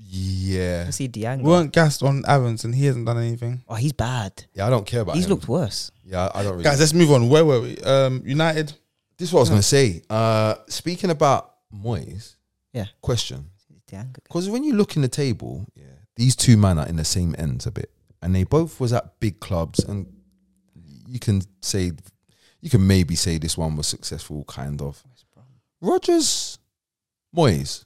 yeah, We'll see We Diango. weren't gassed on Aarons, and he hasn't done anything. Oh, he's bad. yeah. I don't care about. He's him. looked worse. Yeah, I don't really. Guys, let's move on. Where were we? Um, United. this is what I was gonna say. Uh, speaking about Moyes. Yeah. Question. Diango. Because when you look in the table, yeah, these two men are in the same ends a bit, and they both was at big clubs, and you can say, you can maybe say this one was successful, kind of. Rogers, Moyes,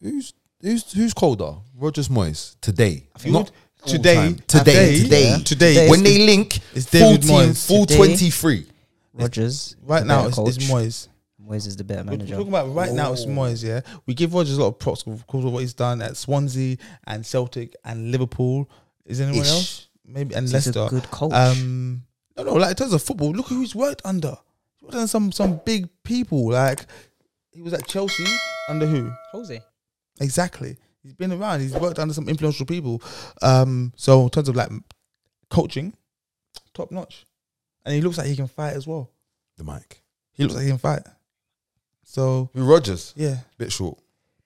who's who's who's colder? Rogers, Moyes today, not all today, time. today, today, yeah, today. Today. When they link, It's David 14, Moyes. full Today. twenty three. Rogers. right the now, better it's, coach. it's Moyes. Moyes is the better We're manager. Oh. talking about right now, it's Moyes, yeah. We give Rogers a lot of props because of what he's done at Swansea and Celtic and Liverpool. Is anyone Ish. else? Maybe and He's Leicester. a good coach. Um, no, no. Like in terms of football, look who he's worked under. He's worked under some some big people. Like he was at Chelsea under who? Jose. Exactly. He's been around. He's worked under some influential people. Um, so in terms of like coaching, top notch, and he looks like he can fight as well. The mic. He looks like he can fight. So Who Rogers? yeah, Bit short.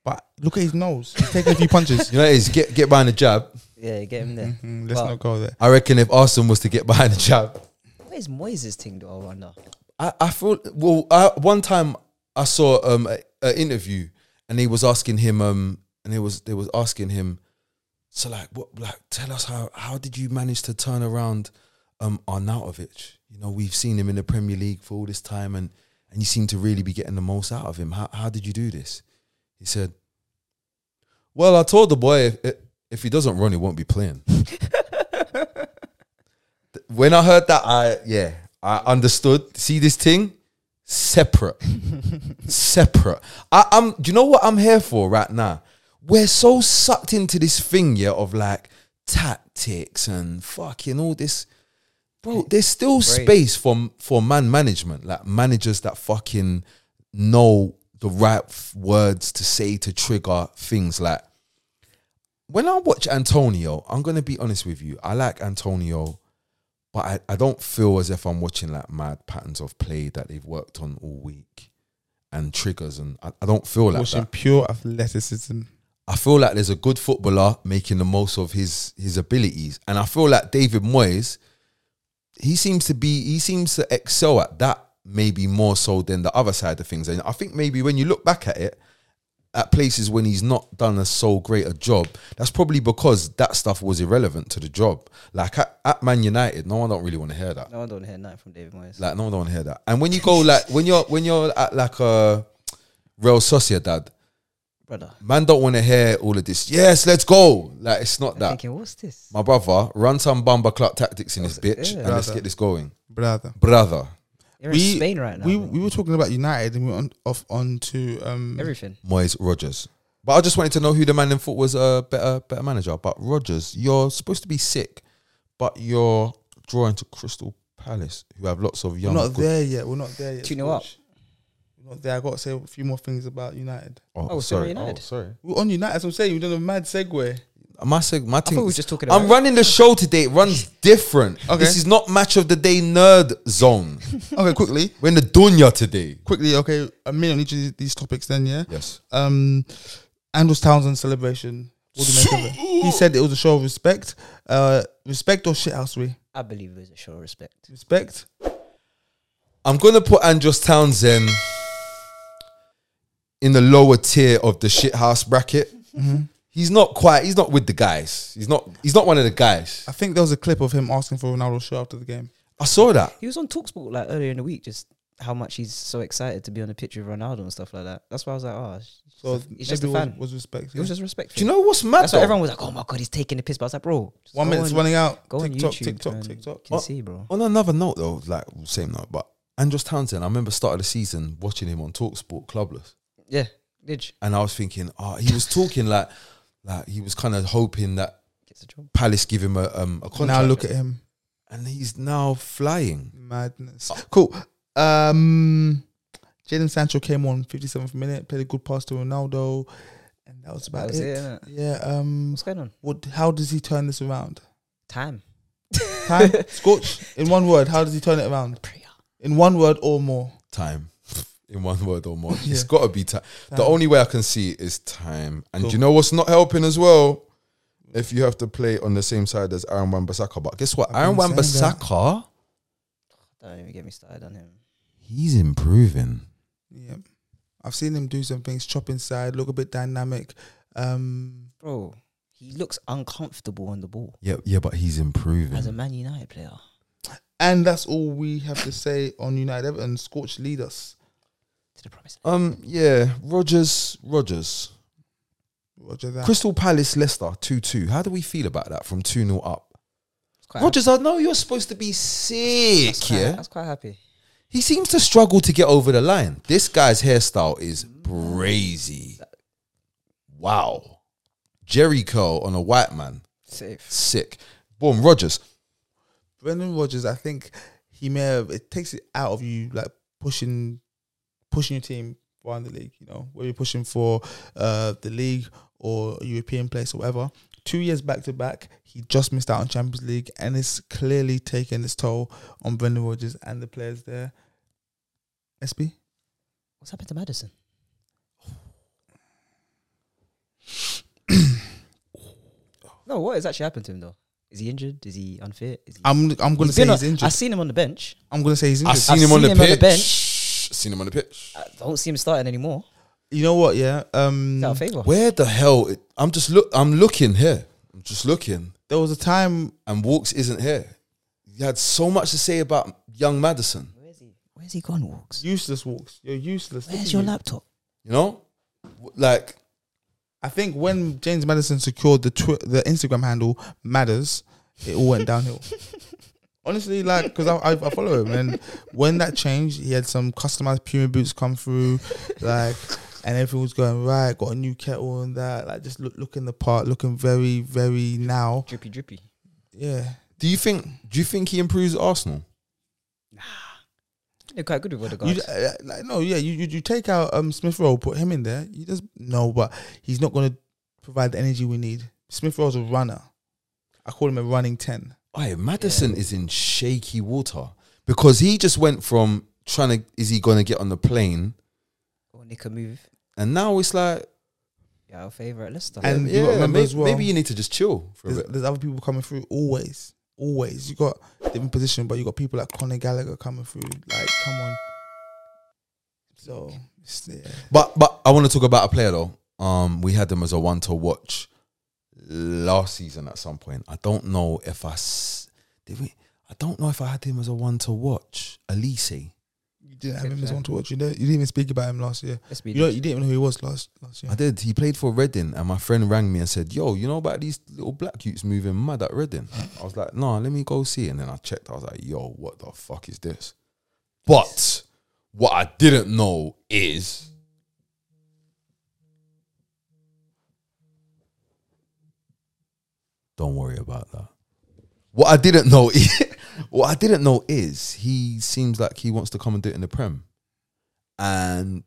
but look at his nose. He's taking a few punches. You know, it's get get behind the jab. Yeah, get him there. Mm, let's Well- not go there. I reckon if Arsenal was to get behind the jab, Where's Moyes' thing though? Oh, I wonder. I, I feel well. I, one time I saw um an interview, and they was asking him um and they was they was asking him, so like what like tell us how how did you manage to turn around um Arnautovic? You know we've seen him in the Premier League for all this time, and and you seem to really be getting the most out of him. How how did you do this? He said, well I told the boy if, if he doesn't run, he won't be playing. when I heard that, I yeah, I understood. See this thing, separate, separate. I, I'm. Do you know what I'm here for right now? We're so sucked into this thing, yeah, of like tactics and fucking all this. Bro, there's still space for for man management, like managers that fucking know the right f- words to say to trigger things like when I watch Antonio, I'm gonna be honest with you. I like Antonio, but I, I don't feel as if I'm watching like mad patterns of play that they've worked on all week and triggers and I, I don't feel like Watching that. pure athleticism. I feel like there's a good footballer making the most of his his abilities. And I feel like David Moyes, he seems to be he seems to excel at that maybe more so than the other side of things. And I think maybe when you look back at it, at places when he's not done a so great a job, that's probably because that stuff was irrelevant to the job. Like at, at Man United, no one don't really want to hear that. No, I don't hear nothing from David Moyes. Like no one don't want to hear that. And when you go like when you're when you're at like a Real Sociedad, Brother, man don't want to hear all of this. Yes, let's go. Like it's not I'm that. thinking, what's this? My brother, run some bumper clock tactics in this bitch, yeah. and let's Brother. get this going, brother. brother. You're we- in Spain right now. we bro. we were talking about United and we went on, off onto um Everything. Moyes Rogers. But I just wanted to know who the man in foot was a better better manager. But Rogers, you're supposed to be sick, but you're drawing to Crystal Palace, who have lots of we're young. not good- there yet. We're not there yet. Do you know what? George. We're not there. I got to say a few more things about United. Oh, Oh, sorry, sorry. United. Oh, sorry. We're on United. As I'm saying, we've done a mad segue. My seg- my I thought we team. were just talking about. I'm running the show today. It runs different. Okay. This is not match of the day nerd zone. Okay, quickly, We're in the dunya today. quickly. Okay, a minute on each of these- these topics. Then yeah. Yes. Um, Andrews Townsend celebration. What do you make of it? He said it was a show of respect. Uh, respect or shit elsewhere. I believe it was a show of respect. Respect. I'm gonna put Andros Townsend in the lower tier of the shithouse bracket. Mm-hmm. He's not quite. He's not with the guys. He's not. He's not one of the guys. I think there was a clip of him asking for Ronaldo's shirt after the game. I saw that. He was on Talksport like earlier in the week, just how much he's so excited to be on a picture with Ronaldo and stuff like that. That's why I was like, oh, it's just So a- he's just a maybe it was- fan. Was, respect. it was just respect. Do you know what's mad? That's why though? everyone was like, oh my god, he's taking the piss. But I was like, bro, just One go minute's on- running out. Go on TikTok, YouTube. TikTok, and TikTok. Can Oh. see, bro. On another note, though, like same note, but Andros Townsend. I remember start of the season watching him on Talksport clubless, Yeah, did you? and I was thinking, oh, he was talking like, like he was kind of hoping that Gets a job. Palace give him a um a contract. Now look at him. and he's now flying. Madness. Cool. Um, Jadon Sancho came on 57th minute, played a good pass to Ronaldo, and that was about That was it. it, innit? Yeah. Um, What's going on? what? How does he turn this around? Time. Time, Scorch. In one word, how does he turn it around? Prayer. In one word or more. time in one word or more. It's Yeah. got to be time. The Time. only way I can see it is time. And Cool. do you know what's not helping as well? If you have to play on the same side as Aaron Wan Bissaka. But guess what? I've Aaron Wan been saying that. Bissaka, Don't even get me started on him. he's improving. Yeah. I've seen him do some things, chop inside, look a bit dynamic. Um, Bro, he looks uncomfortable on the ball Yeah, yeah, but he's as a improving. Man United player. and that's all we have to say on United Everton. Scorch lead us. To the promised land. Um, yeah, Rogers, Rogers, Roger that. Crystal Palace, Leicester, two two. How do we feel about that from two 0 up? It's quite Rogers, I know you're supposed to be happy. sick, That's quite, yeah. That's quite happy. He seems to struggle to get over the line. This guy's hairstyle is crazy. Wow. Jerry curl on a white man. Safe. Sick. Boom, Rogers. Brendan Rodgers, I think he may have it takes it out of you like pushing pushing your team around the league, you know, where you're pushing for uh the league or a European place or whatever. Two years back to back, he just missed out on Champions League and it's clearly taken its toll on Brendan Rodgers and the players there. SB? What's happened to Madison? no, what has actually happened to him though? Is he injured? Is he unfit? Is he? I'm I'm gonna He's say been he's on- injured. I've seen him on the bench. I'm gonna say he's I injured. seen I've him on the seen him on the pitch. bench. Seen him on the pitch. I don't see him starting anymore. you know what? Yeah. Um. Is that a favour? Where the hell? It, I'm just look. I'm looking here. I'm just looking. There was a time. And Walks isn't here. You had so much to say about young Madison. Where's he? Where's he gone? Walks. Useless walks. You're useless. Look at Where's your you. laptop? You know, W- like I think when James Madison secured the twi- the Instagram handle matters, it all went downhill. Honestly, like because I, I I follow him, and when that changed, he had some customized Puma boots come through, like, and everything was going right. Got a new kettle and that, like, just look, looking the part, looking very, very now. Drippy, drippy. Yeah, do you think? Do you think he improves at Arsenal? They're quite good with Odegaard. you, uh, like, no, yeah, you, you you take out um Smith Rowe, put him in there. He does no, but he's not going to provide the energy we need. Smith Rowe's a runner. I call him a running ten. Oh, Madison is in shaky water because he just went from trying to. Is he going to get on the plane? or Nick can move. And now it's like, Yeah, our favourite Leicester. And- you yeah, gotta remember may- as well- maybe you need to just chill for a there's, bit. there's other people coming through always. Always. You got different position, but you got people like Conor Gallagher coming through. Like, come on. So it's- yeah. But but I want to talk about a player though. Um, we had them as a one to watch last season at some point. I don't know if I s- did we. I don't know if I had him as a one to watch. Elise. you didn't have him as one to watch. You didn't, you didn't even speak about him last year. Let's be You know, you didn't even know who he was last last year. I did. He played for Reading, and my friend rang me and said, "Yo, you know about these little black youths moving mad at Reading?" I was like, "Nah, let me go see." And then I checked. I was like, "Yo, what the fuck is this?" But what I didn't know is Don't worry about that. What I didn't know, what I didn't know is he seems like he wants to come and do it in the prem, and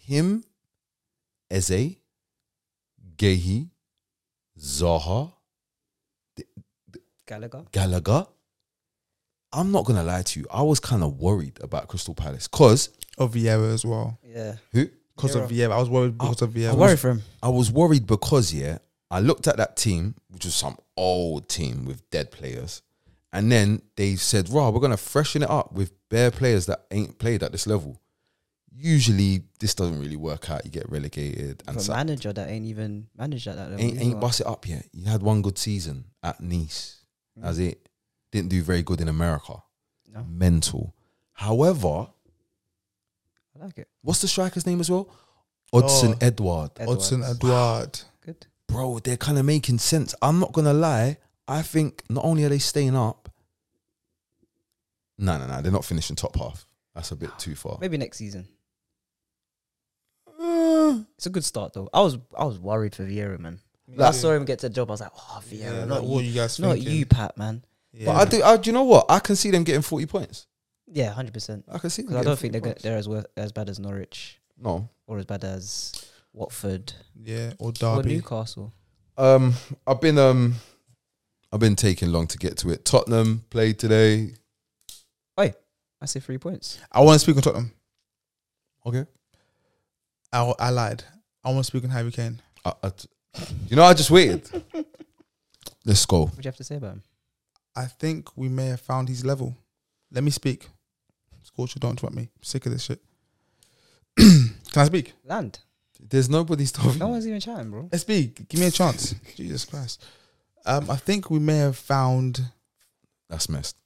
him, Eze, Gehi, Zaha, Gallagher. Gallagher. I'm not gonna lie to you. I was kind of worried about Crystal Palace because Of Vieira as well. Yeah. who Because of Vieira. I was worried because of Vieira. I worry for him. I was worried because yeah, I looked at that team, which was some old team with dead players, and then they said, "Raw, we're gonna freshen it up with bare players that ain't played at this level." Usually, this doesn't really work out. You get relegated and For a so, manager that ain't even managed at that level. ain't, either. ain't bust it up yet. You had one good season at Nice. That's it. Didn't do very good in America. No. Mental. However, I like it. what's the striker's name as well? Odson Oh. Edward. Odson Edwards. Edward. Good. Bro, they're kind of making sense. I'm not going to lie. I think not only are they staying up, no, no, no, they're not finishing top half. That's a bit too far. Maybe next season. Uh, It's a good start though. I was I was worried for Vieira, man. I Like- saw him get to the job. I was like, oh Vieira, Yeah, like, not, what you, you guys not thinking? you, Pat, man. Yeah. But I do, I, do you know what? I can see them getting 40 points. Yeah, hundred percent. I can see them. Because I getting don't 40 think they're go- points. they're as wor- as bad as Norwich No. or as bad as Watford Yeah. Or or Derby. Newcastle. Um, I've been um, I've been taking long to get to it. Tottenham played today. I say three points. I want to speak on Tottenham. Okay. I, I lied. I want to speak on Harry Kane. I, I Uh, t- you know, I just waited. Let's go. What do you have to say about him? I think we may have found his level. Let me speak. Scorcher, don't interrupt me. I'm sick of this shit. Can I speak? Land. There's nobody stopping. No one's even chatting, bro. Let's speak. Give me a chance. Jesus Christ. Um, I think we may have found. That's messed.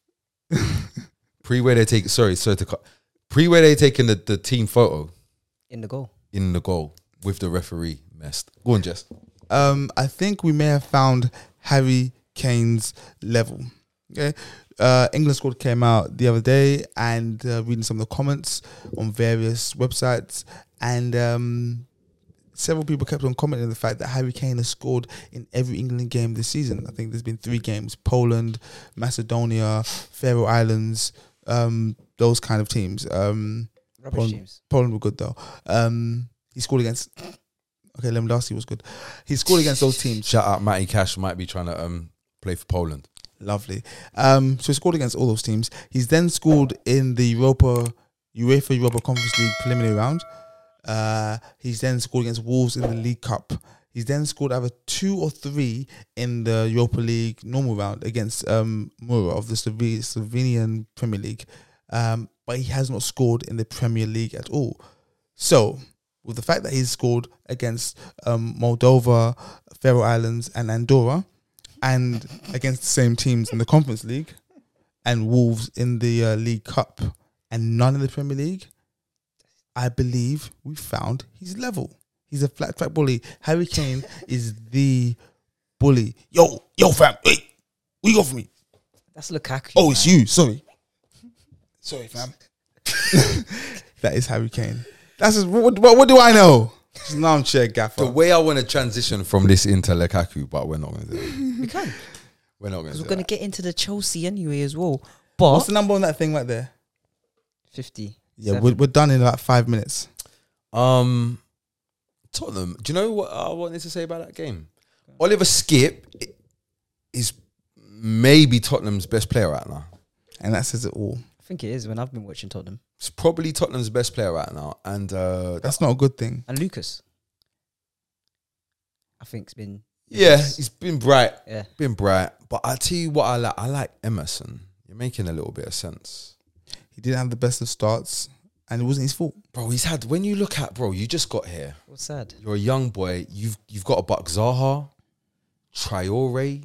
Pre where they take. Sorry, sorry to cut. Pre where they taking the, the team photo In the goal. in the goal with the referee. Messed. Go on, Jess. Um, I think we may have found Harry Kane's level. Okay. Uh, England squad came out the other day, and uh, reading some of the comments on various websites, and um, several people kept on commenting on the fact that Harry Kane has scored in every England game this season. I think there's been three games: Poland, Macedonia, Faroe Islands, um, those kind of teams. Um, Rubbish Pon- teams. Poland were good though. Um, he scored against. Okay, Lewandowski was good. He scored against those teams. Shout out, Matty Cash might be trying to um play for Poland. Lovely. Um, so he scored against all those teams. He's then scored in the Europa UEFA Europa Conference League preliminary round. Uh, he's then scored against Wolves in the League Cup. He's then scored either two or three in the Europa League normal round against um, Mura of the Slove- Slovenian Premier League. Um, but he has not scored in the Premier League at all. So, with the fact that he's scored against um, Moldova, Faroe Islands, and Andorra, and against the same teams in the Conference League, and Wolves in the uh, League Cup, and none in the Premier League, I believe we found his level. He's a flat track bully. Harry Kane is the bully. Yo, yo, fam, hey, where you go for me? That's Lukaku. Oh, it's you. Sorry. Sorry, fam. that is Harry Kane. That's just, what, what, what do I know? Just an armchair gaffer. The way I want to transition from this into Lukaku, but we're not going to do it. We can. We're not going to Because do we're going that. to get into the Chelsea anyway as well. What's But the number on that thing right there? 50. Yeah, Seven. we're, we're done in about five minutes. Um, Tottenham. Do you know what I wanted to say about that game? Oliver Skip i- is maybe Tottenham's best player right now. And that says it all. I think it is when I've been watching Tottenham. It's probably Tottenham's best player right now, and uh, That's not a good thing. And Lucas. I think's been. yeah, he's been bright, Yeah. been bright. But I tell you what, I like. I like Emerson. You're making a little bit of sense. He didn't have the best of starts, and it wasn't his fault. Bro, he's had. When you look at bro, you just got here. What's sad? You're a young boy. You've you've got a buck Zaha, Traore,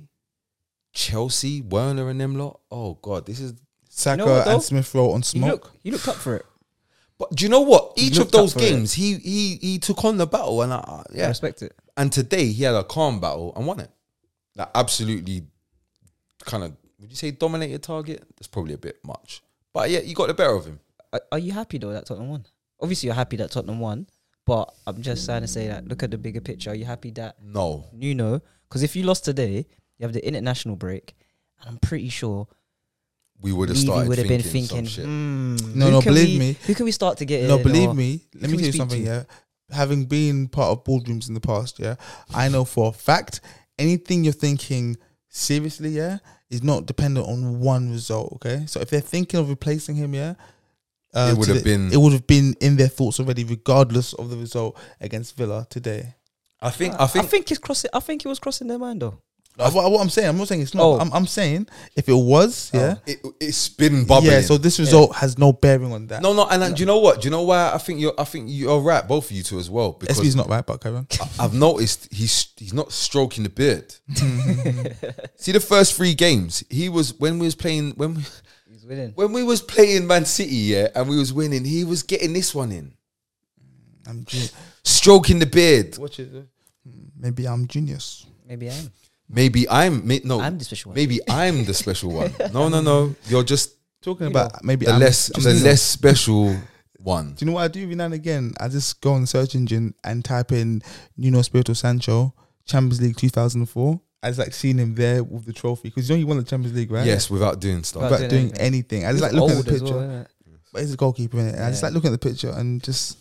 Chelsea, Werner, and them lot. Oh God, this is. Saka You know what, though? and Smith Rowe on You smoke. look, you looked up for it. But do you know what? Each of looked up those for it. games, he he he took on the battle, and I, I I yeah. respect it. And today he had a calm battle and won it. That absolutely kind of would you say dominated target? That's probably a bit much, but yeah, you got the better of him. Are, are you happy though that Tottenham won? Obviously, you're happy that Tottenham won, but I'm just trying to say that look at the bigger picture. Are you happy that No, Nuno? Because if you lost today, you have the international break, and I'm pretty sure we would have Levy started. would have been some thinking, shit. hmm, No, who no, can we- believe me. Who can we start to get No, in? believe or- me. Let Who me we tell you speak something. to? Yeah, having been part of boardrooms in the past, yeah, I know for a fact anything you're thinking seriously, yeah, is not dependent on one result. Okay, so if they're thinking of replacing him, yeah. Uh, It would to have the- been- It would have been in their thoughts already, regardless of the result against Villa today. I think. I I think, think. I think it's crossing. I think it was crossing their mind though. Uh, What, what I'm saying, I'm not saying it's not. Oh. I'm, I'm saying if it was, yeah, It, it's been bubbling. yeah. So this result has no bearing on that. no, no, and, and do you know what? Do you know why? I think you're. I think you're right, both of you two as well. Because SB's not right, but carry on. I- I've noticed he's he's not stroking the beard. See the first three games, he was when we was playing when we, He's winning. when we was playing Man City, yeah, and we was winning. He was getting this one in, I'm ju- stroking the beard. Watch it. Hmm, Maybe I'm genius. Maybe I am. Maybe I'm may, no, I'm the special one. Oh. maybe I'm the special one. No, no, no, you're just Talking about maybe the I'm less the genius. less special one. Do you know what I do every now and again? I just go on the search engine and type in Nuno Espirito Sancho, Champions League 2004. I just like seeing him there with the trophy because you know he won the Champions League, right? Yes, without doing stuff. Right. Without Doing doing anything. anything. I He's just like looking at old the as picture. well, innit? but he's a goalkeeper in it. I just Yeah. like looking at the picture and just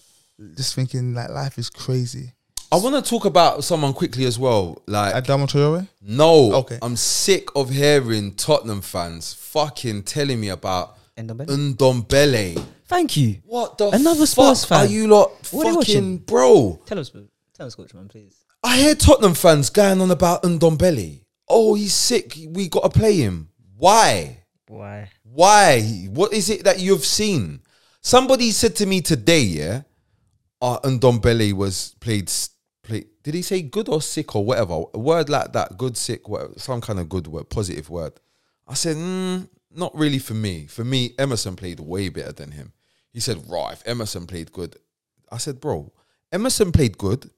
just thinking like life is crazy. I want to talk about someone quickly as well. Like Adama Traore? No, Okay. I'm sick of hearing Tottenham fans fucking telling me about And Ndombele. Uh. Ndombele. Thank you. What the Another fuck Spurs fan. are you lot What are you fucking watching? bro? Tell us, tell us, coach man, please. I hear Tottenham fans going on about Ndombele. Oh, he's sick. We gotta play him. Why? Why? Why? What is it that you've seen? Somebody said to me today, yeah, uh, Ndombele was played, s- played. Did he say good or sick or whatever? A word like that, good, sick, whatever, some kind of good word, positive word. I said, mm, not really for me. For me, Emerson played way better than him. He said, right, if Emerson played good. I said, bro, Emerson played good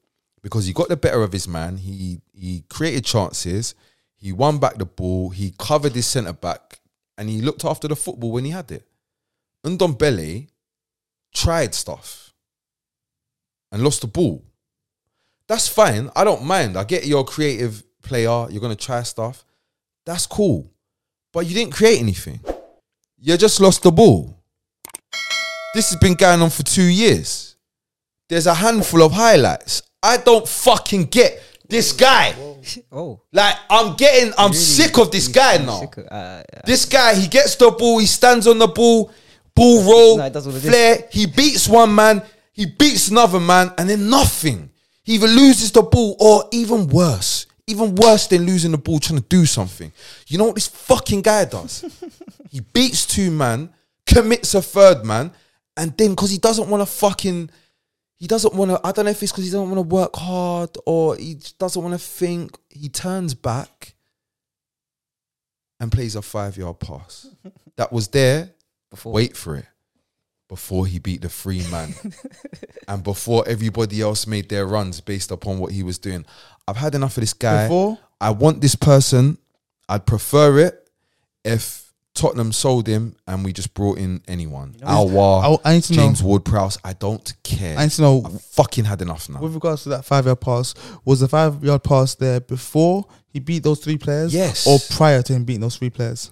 because he got the better of his man. He he created chances. He won back the ball. He covered his centre back, and he looked after the football when he had it. Ndombele tried stuff and lost the ball. That's fine. I don't mind. I get you're a creative player. You're gonna try stuff. That's cool. But you didn't create anything. You just lost the ball. This has been going on for two years there's a handful of highlights. I don't fucking get this guy. Oh, Like I'm getting, I'm sick of this guy now. sick of- uh, This guy, he gets the ball, he stands on the ball, ball roll, No, it does all of this. flare. He beats one man. He beats another man and then nothing. He either loses the ball or even worse, even worse than losing the ball trying to do something. You know what this fucking guy does? he beats two man, commits a third man, and then because he doesn't want to fucking, he doesn't want to. I don't know if it's because he doesn't want to work hard or he just doesn't want to think. He turns back and plays a five yard pass that was there Before. Wait for it. Before he beat the free man and before everybody else made their runs based upon what he was doing. I've had enough of this guy. Before? I want this person. I'd prefer it if Tottenham sold him and we just brought in anyone. Alwa, I, I need to Oh, James know. Ward Prowse. I don't care. I need to know I've fucking had enough now. with regards to that five yard pass. Was the five yard pass there before he beat those three players? Yes. Or prior to him beating those three players?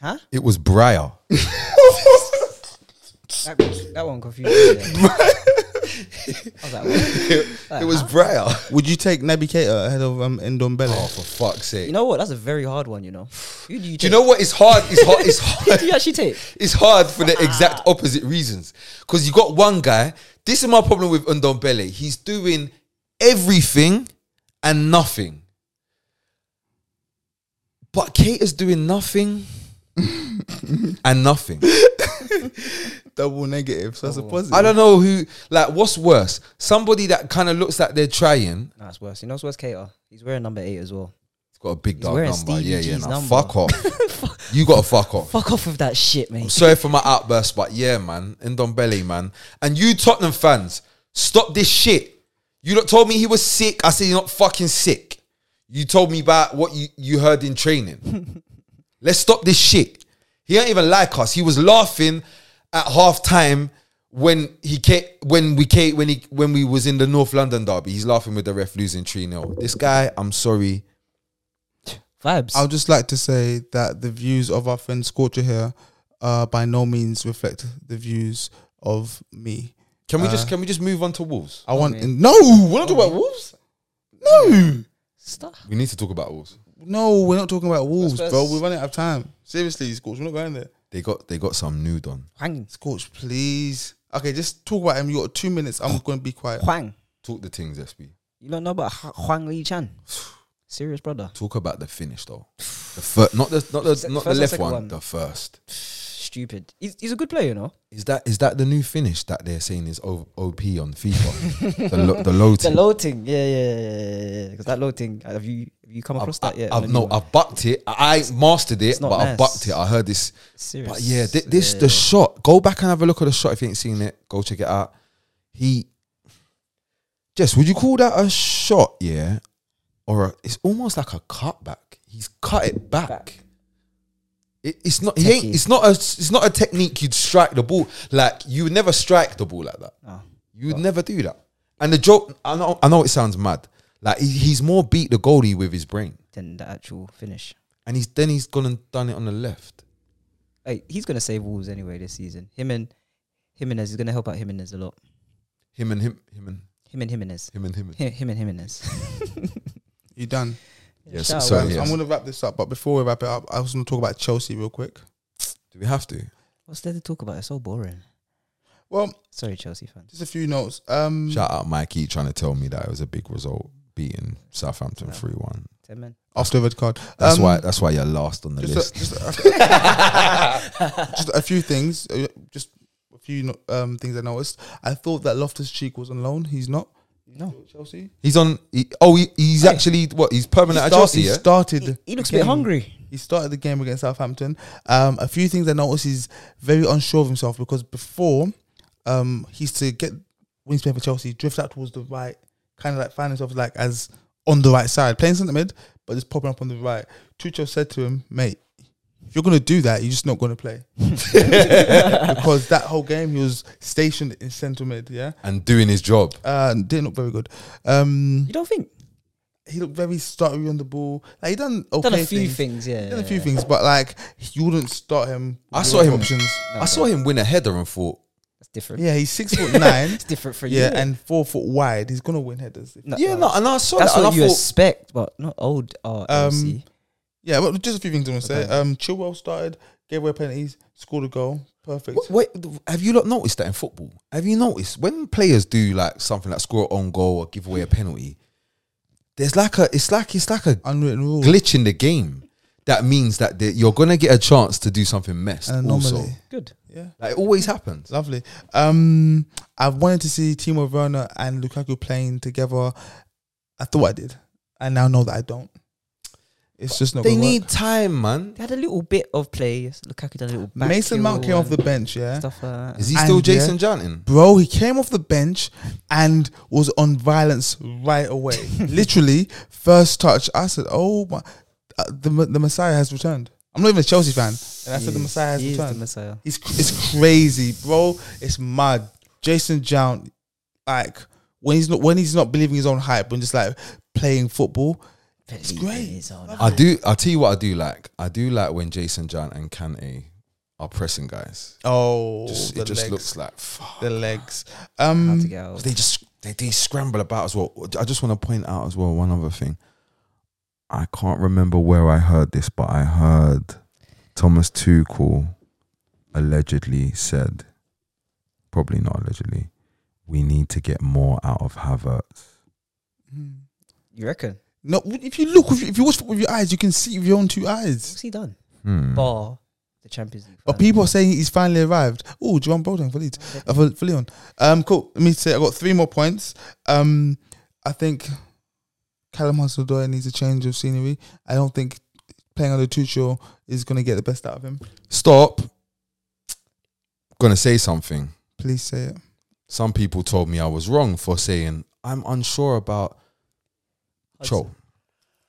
Huh? It was Breyer. That, that one confused me. there. I was like, what? it was Breyer. Would you take Naby Keita ahead of um, Ndombele? Oh, for fuck's sake. You know what? That's a very hard one, you know. Who do you Do take? you know what? It's hard. It's hard. It's hard. Who do you actually take? It's hard for the Uh-uh. exact opposite reasons. Because you got one guy. This is my problem with Undombele. He's doing everything and nothing. But Kate is doing nothing and nothing. Double negative. So that's a positive. I don't know who, like, what's worse? Somebody that kind of looks like they're trying. Nah, it's worse. You know what's worse, Cater? He's wearing number eight as well. It's got a big He's dog wearing number. Stevie yeah, yeah. G's Nah, number. Fuck off. you got to fuck off. Fuck off with that shit, mate. Sorry for my outburst, but yeah, man, Ndombele, man, and you Tottenham fans, stop this shit. You lot told me he was sick. I said he's not fucking sick. You told me about what you, you heard in training. Let's stop this shit. He ain't even like us. He was laughing at half time when he came, when we came, when he when we was in the North London derby. He's laughing with the ref losing 3-0. This guy, I'm sorry. Vibes. I would just like to say that the views of our friend Scorcher here uh, by no means reflect the views of me. Can we just can we just move on to Wolves? I want me. no. We're not talking about wolves. No, Stop. We need to talk about Wolves. no, we're not talking about wolves, Spurs. bro. We're running out of time. Seriously, Scorch, we're not going there. They got they got some nude on. Huang. Scorch, please. Oh. Okay, just talk about him. You got two minutes. I'm going to be quiet. Huang. Talk the things, SB. You don't know about Hu- Huang Li Chan? Serious brother. Talk about the finish though. The first, not the not the Se- not first the or left second one, one? The first Stupid. He's, he's a good player, you know. is that is that the new finish that they're saying is O- OP on FIFA. the lo- the low. The tip. loading. Yeah, yeah, yeah. Because that loading, have you have you come I've, across that yet? I- I've- no, I've bucked it. I ain't mastered it, not but I've nice. bucked it. I heard this. serious. But yeah, thi- this the shot. Go back and have a look at the shot if you ain't seen it. Go check it out. He, Jess, would you call that a shot? Yeah, or a, it's almost like a cutback. He's cut it back. Back. It, it's not. He ain't, Techie. it's not a. It's not a technique. You'd strike the ball like you would never strike the ball like that. No. You would never do that. And the joke, I know. I know it sounds mad. Like he, he's more beat the goalie with his brain, than the actual finish. and he's then he's gone and done it on the left. Hey, he's gonna save Wolves anyway this season. Him and Jimenez is gonna help out Jimenez a lot. Him and him, him and Him and Jimenez. him and him. And. Him, him and Jimenez. You done? Yes, Shout out so Wolves. yeah. Oh, I'm going to wrap this up, but before we wrap it up, I was going to talk about Chelsea real quick. Do we have to? What's there to talk about? It's so boring. Well, Sorry, Chelsea fans. just a few notes. Um, Shout out Mikey trying to tell me that it was a big result beating Southampton Yeah. three one. Ten men. after the red card. That's Um, why that's why you're last on the just list. a, just, a, just a few things. uh, Just a few no- um, things I noticed. I thought that Loftus Cheek was on loan. He's not. No. Chelsea. he's on. He, oh, he, he's Hey. actually what? He's permanent he, at start- Chelsea. he Yeah? started. He, he looks a the bit game- hungry. He started the game against Southampton. Um, a few things I noticed he's very unsure of himself because before um, he used to get when he's playing for Chelsea, drift out towards the right, kind of like find himself like as on the right side, playing centre mid, but just popping up on the right. Tuchel said to him, "Mate, if you're gonna do that, you're just not gonna play." because that whole game he was stationed in centre mid, yeah, and doing his job. uh, didn't look very good. Um, You don't think? he looked very stuttery on the ball. Like he done okay Done a few things. things, yeah. He done a few things, but like you wouldn't start him. I with saw those him- options. I saw him win a header and thought That's different. Yeah, he's six foot nine. It's different for yeah, you. and four foot wide. He's gonna win headers. yeah, no, and I saw that's that, and what I you thought expect, but not old RLC. Um, Yeah, well, just a few things I want to say. Um, Chilwell started. gave away penalties, scored a goal. Perfect. Wh- Wait, have you not noticed that in football? Have you noticed when players do like something like score an own goal or give away a penalty? There's like a it's like it's like a Unwritten rule. glitch in the game that means that the, you're gonna get a chance to do something messed. An Also, anomaly. Good. Yeah. like, it always happens. Lovely. Um, I wanted to see Timo Werner and Lukaku playing together. I thought I did. I now know that I don't. It's just not. They gonna need work. time, man. They had a little bit of play. Lukaku did a little back Mason Mount heel came off the and bench. Yeah, stuff like that. Is he And still yeah. Jason Janton? bro, he came off the bench and was on violence right away. Literally, first touch. I said, "Oh my, uh, the the Messiah has returned." I'm not even a Chelsea fan, and I said, "The He is- Messiah has he is the returned." Messiah. It's it's crazy, bro. It's mad. Jason Jown, like when he's not when he's not believing his own hype, when just like playing football. It's great. Um, I do. I'll tell you what I do like. I do like when Jason Janton and Kante are pressing guys. Oh, Just, the it just legs, looks like fuck. the legs. How to Um, get out. They just they, they scramble about as well. I just want to point out as well one other thing. I can't remember where I heard this, but I heard Thomas Tuchel allegedly said, probably not allegedly, we need to get more out of Havertz. You reckon? no, if you look, if you, if you watch football with your eyes, you can see with your own two eyes. What's he done? Hmm. Bar the Champions League. But final. Oh, people are saying he's finally arrived. Oh, Jerome Boateng for Leeds, uh, for, for Leon. Um, cool. Let me say I got three more points. Um, I think Callum Hudson-Odoi needs a change of scenery. I don't think playing under Tuchel is going to get the best out of him. Stop. Gonna say something. Please say it. Some people told me I was wrong for saying I'm unsure about Cho.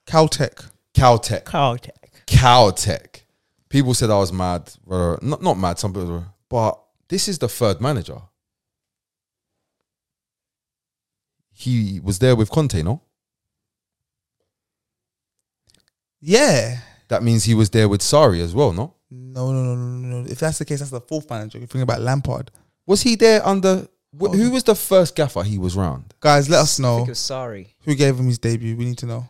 Caltech. Caltech. Caltech. Caltech. People said I was mad. uh, Not not mad. Some people, were, but this is the third manager. He was there with Conte, no? Yeah. That means he was there with Sari as well, no? No, no, no, no, no, no. If that's the case, that's the fourth manager. If you think about Lampard, Was he there under? Wh- who was the first gaffer he was round? guys, let us I know think it was sorry. who gave him his debut. We need to know.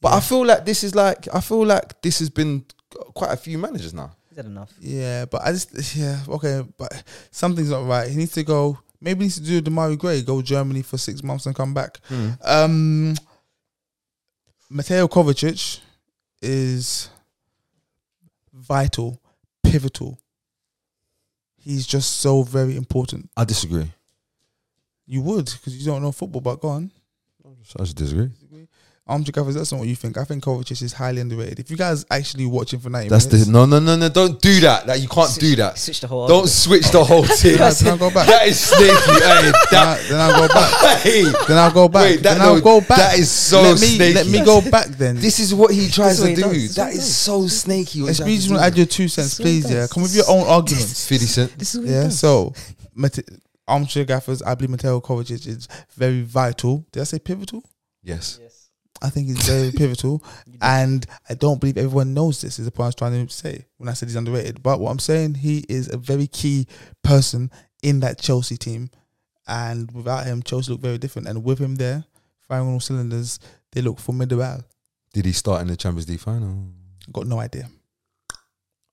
But I feel like this is like I feel like this has been quite a few managers now. Is that enough? Yeah, but I just yeah okay, but something's not right. He needs to go. Maybe he needs to do Damari Gray, go Germany for six months and come back. Hmm. Um, Mateo Kovacic is vital, pivotal. He's just so very important. I disagree. You would because you don't know football, but go on. I just disagree. Armchair Gaffers, that's not what you think. I think Kovacic is highly underrated. If you guys actually watch him for 90 That's minutes, the no no no no. Don't do that. That you can't do that. Switch the whole. Don't switch the whole team. Nah, then I'll go back. That is sneaky. hey, Then that, I- then I'll go back. hey. Then I'll go back. Wait, that, then I'll no, go back. That is so let me, snaky. Let me go back then. This is what he tries what to he do. does. This is what That he is does. so snaky. what he's Especially trying just to want to add do. your two cents, That's what he please. Yeah, does. come with your own arguments. 50 Cent. This is what yeah. So, Mate- armchair gaffers. I believe Mateo Kovacic is very vital. Did I say pivotal? Yes. Yes. I think he's very pivotal, and I don't believe everyone knows this. Is the point I was trying to say when I said he's underrated. But what I'm saying, he is a very key person in that Chelsea team, and without him, Chelsea look very different. And with him there, firing on all cylinders, they look formidable. Did he start in the Champions League final? Got no idea.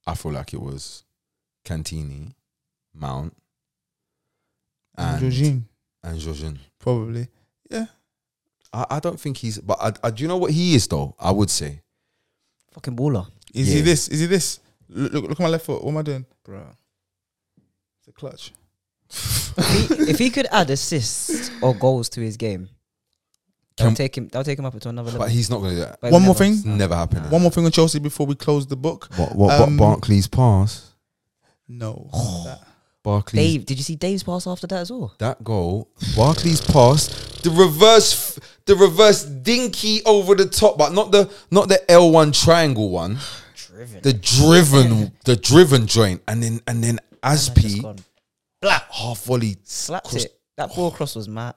I feel like it was Cantini, Mount, and Jorginho. Jorginho, And Jorginho. probably. I, I don't think he's. But I, I, do you know what he is though? I would say Fucking baller, Is he Yeah. this? Is he this? Look, look, look at my left foot. What am I doing? bro. It's a clutch. if he could add assists or goals to his game, they'll Can- take him. They'll take him up to another level. But he's not going to do that. But One we more never- thing? Never happening. One more thing on Chelsea before we close the book. What? What? Um, what Barclays pass. No. That- Barclays Dave, did you see Dave's pass after that as well? that goal, Barclays pass, the reverse, f- the reverse dinky over the top, but not the not the L one triangle one, Driven. the driven, the driven joint, and then and then Just Aspi gone. half volley slapped cross- it. That ball cross was mad.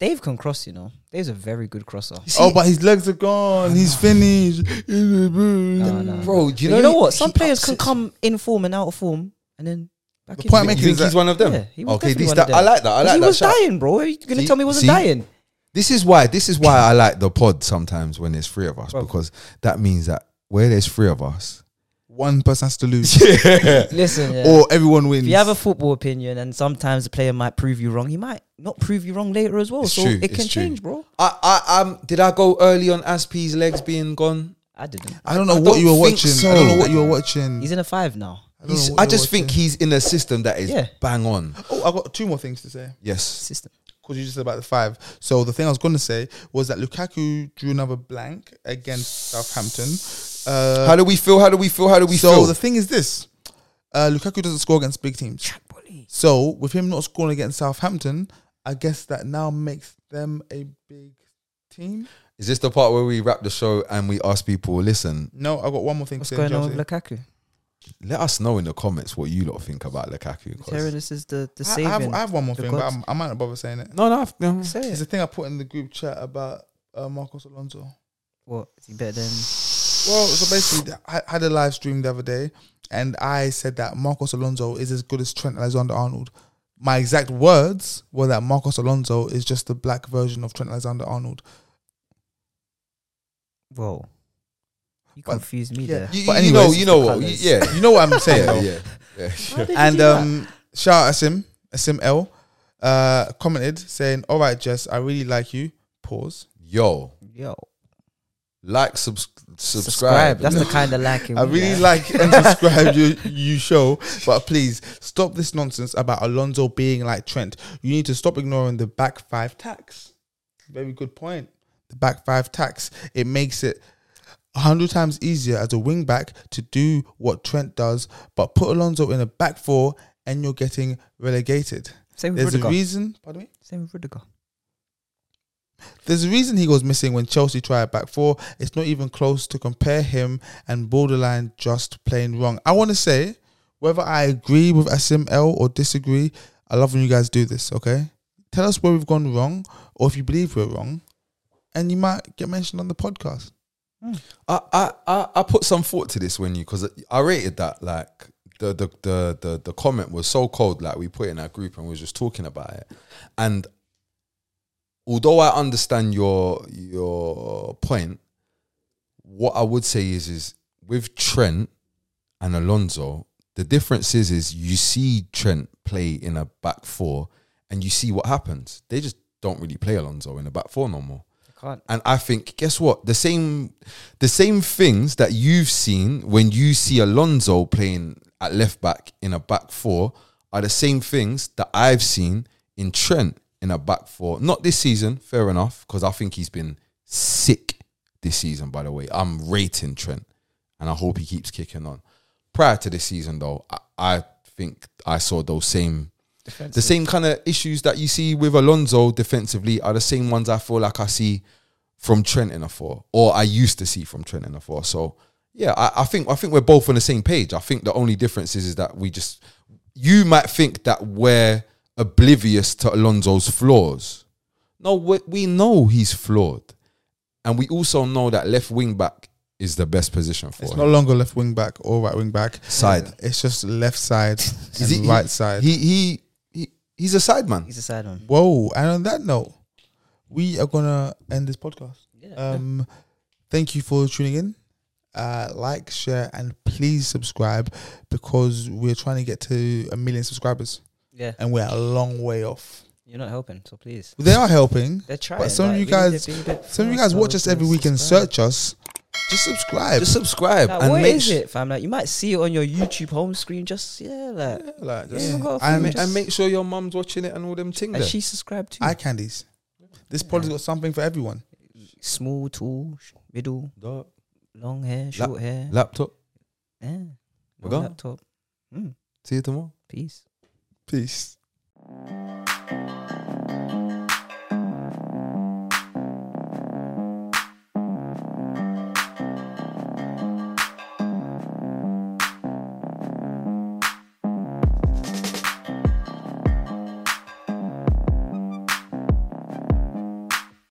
Dave can cross, you know. Dave's a very good crosser. oh, but his legs are gone. He's finished. No, no. bro. Do you You know, know, you know he- what? Some he players can upsets- come in form and out of form, and then back The in. point I'm You making think is that- he's one of them? Yeah, he was okay, definitely this, one of that, I them. like that. I 'Cause like he that. was shout. dying, bro. Are you gonna See? tell me he wasn't See? dying? This is why this is why I like the pod sometimes when there's three of us because that means that where there's three of us, one person has to lose, yeah. Listen, yeah. or everyone wins. if you have a football opinion, and sometimes the player might prove you wrong, he might not prove you wrong later as well. It's so true, it it's can true. change, bro. I, I um did I go early on Aspie's legs being gone? I didn't. I don't know I what don't you were think watching. I don't know so. what you were watching. He's in a five now. don't He's, know what I you're just think watching. he's in a system that is Yeah. bang on. Oh, I got two more things to say Yes. System. because you just said about the five. So the thing I was going to say was that Lukaku drew another blank against Southampton. Uh, How do we feel? How do we feel? How do we so feel? the thing is this: uh, Lukaku doesn't score against big teams. Bully. So with him not scoring against Southampton, I guess that now makes them a big team. is this the part where we wrap the show and we ask people, listen, No, I got one more thing What's to say. going on Chelsea. with Lukaku? let us know in the comments what you lot think about Lukaku. 'cause- Terrorist is the the I, I, have, saving. I have one more The thing, but gods. I'm, I might not bother saying it. No, no, I've- no. Say It's it. the thing I put in the group chat about uh, Marcos Alonso. What is he better than? Well, so basically, I had a live stream the other day, and I said that Marcos Alonso is as good as Trent Alexander-Arnold. My exact words were that Marcos Alonso is just the black version of Trent Alexander-Arnold. Whoa, you But- confused me yeah, there. You, But you anyways, know, you know the what? colours. Yeah, You know what I'm saying? yeah, though? yeah, yeah. And um, shout out Asim, Asim L, uh, commented saying, "All right, Jess, I really like you." Pause. Yo, Yo, like, subs- subscribe. subscribe. That's the kind of like. I really like and subscribe you you show, but please stop this nonsense about Alonso being like Trent. You need to stop ignoring the back five tax. Very good point. The back five tax. It makes it a hundred times easier as a wing back to do what Trent does, but put Alonso in a back four and you're getting relegated. Same with There's a Rudiger. reason pardon me? Same with Rudiger. There's a reason he goes missing when Chelsea try a back four. It's not even close to compare him and borderline just plain wrong. I want to say, whether I agree with Asim L or disagree, I love when you guys do this, okay? Tell us where we've gone wrong or if you believe we're wrong, and you might get mentioned on the podcast. I, I, I, I put some thought to this when you because I rated that like the, the the the the comment was so cold like we put it in our group and we was just talking about it and although I understand your your point what I would say is is with Trent and Alonso the difference is is you see Trent play in a back four and you see what happens they just don't really play Alonso in a back four no more I can't. and I think, guess what? The same, the same things that you've seen when you see Alonso playing at left back in a back four are the same things that I've seen in Trent in a back four. Not this season, fair enough, because I think he's been sick this season. By the way, I'm rating Trent, and I hope he keeps kicking on. Prior to this season, though, I, I think I saw those same the same kind of issues that you see with Alonso defensively are the same ones I feel like I see from Trent in a four, or I used to see from Trent in a four. So yeah, I, I think I think we're both on the same page. I think the only difference is, is that we just you might think that we're oblivious to Alonso's flaws. No, we, we know he's flawed, and we also know that left wing back is the best position for It's him. no longer left wing back or right wing back. Side. It's just left side and he- right side. He he he he's a sideman. He's a side one. Whoa. And on that note, we are going to end this podcast. Yeah. Um, thank you for tuning in. Uh, like, share, and please subscribe because we're trying to get to a million subscribers, yeah. and we're a long way off. You're not helping, so please. They are helping. They're trying. But some of like, you we need guys- to be a bit Some of you more guys watch us so every week and subscribe. search us. Just subscribe. Just subscribe Like, and what make is su- it, fam? Like, you might see it on your YouTube home screen. Just yeah, like like, Yeah, just- we got a few And- and, minutes. and make sure your mum's watching it and all them things. and there. she subscribed too. eye candies. This pod's got something for everyone. Small, tall, sh- middle, Dog. long hair, short hair. Laptop. yeah. We're No gone. Laptop. Mm, See you tomorrow. peace. Peace.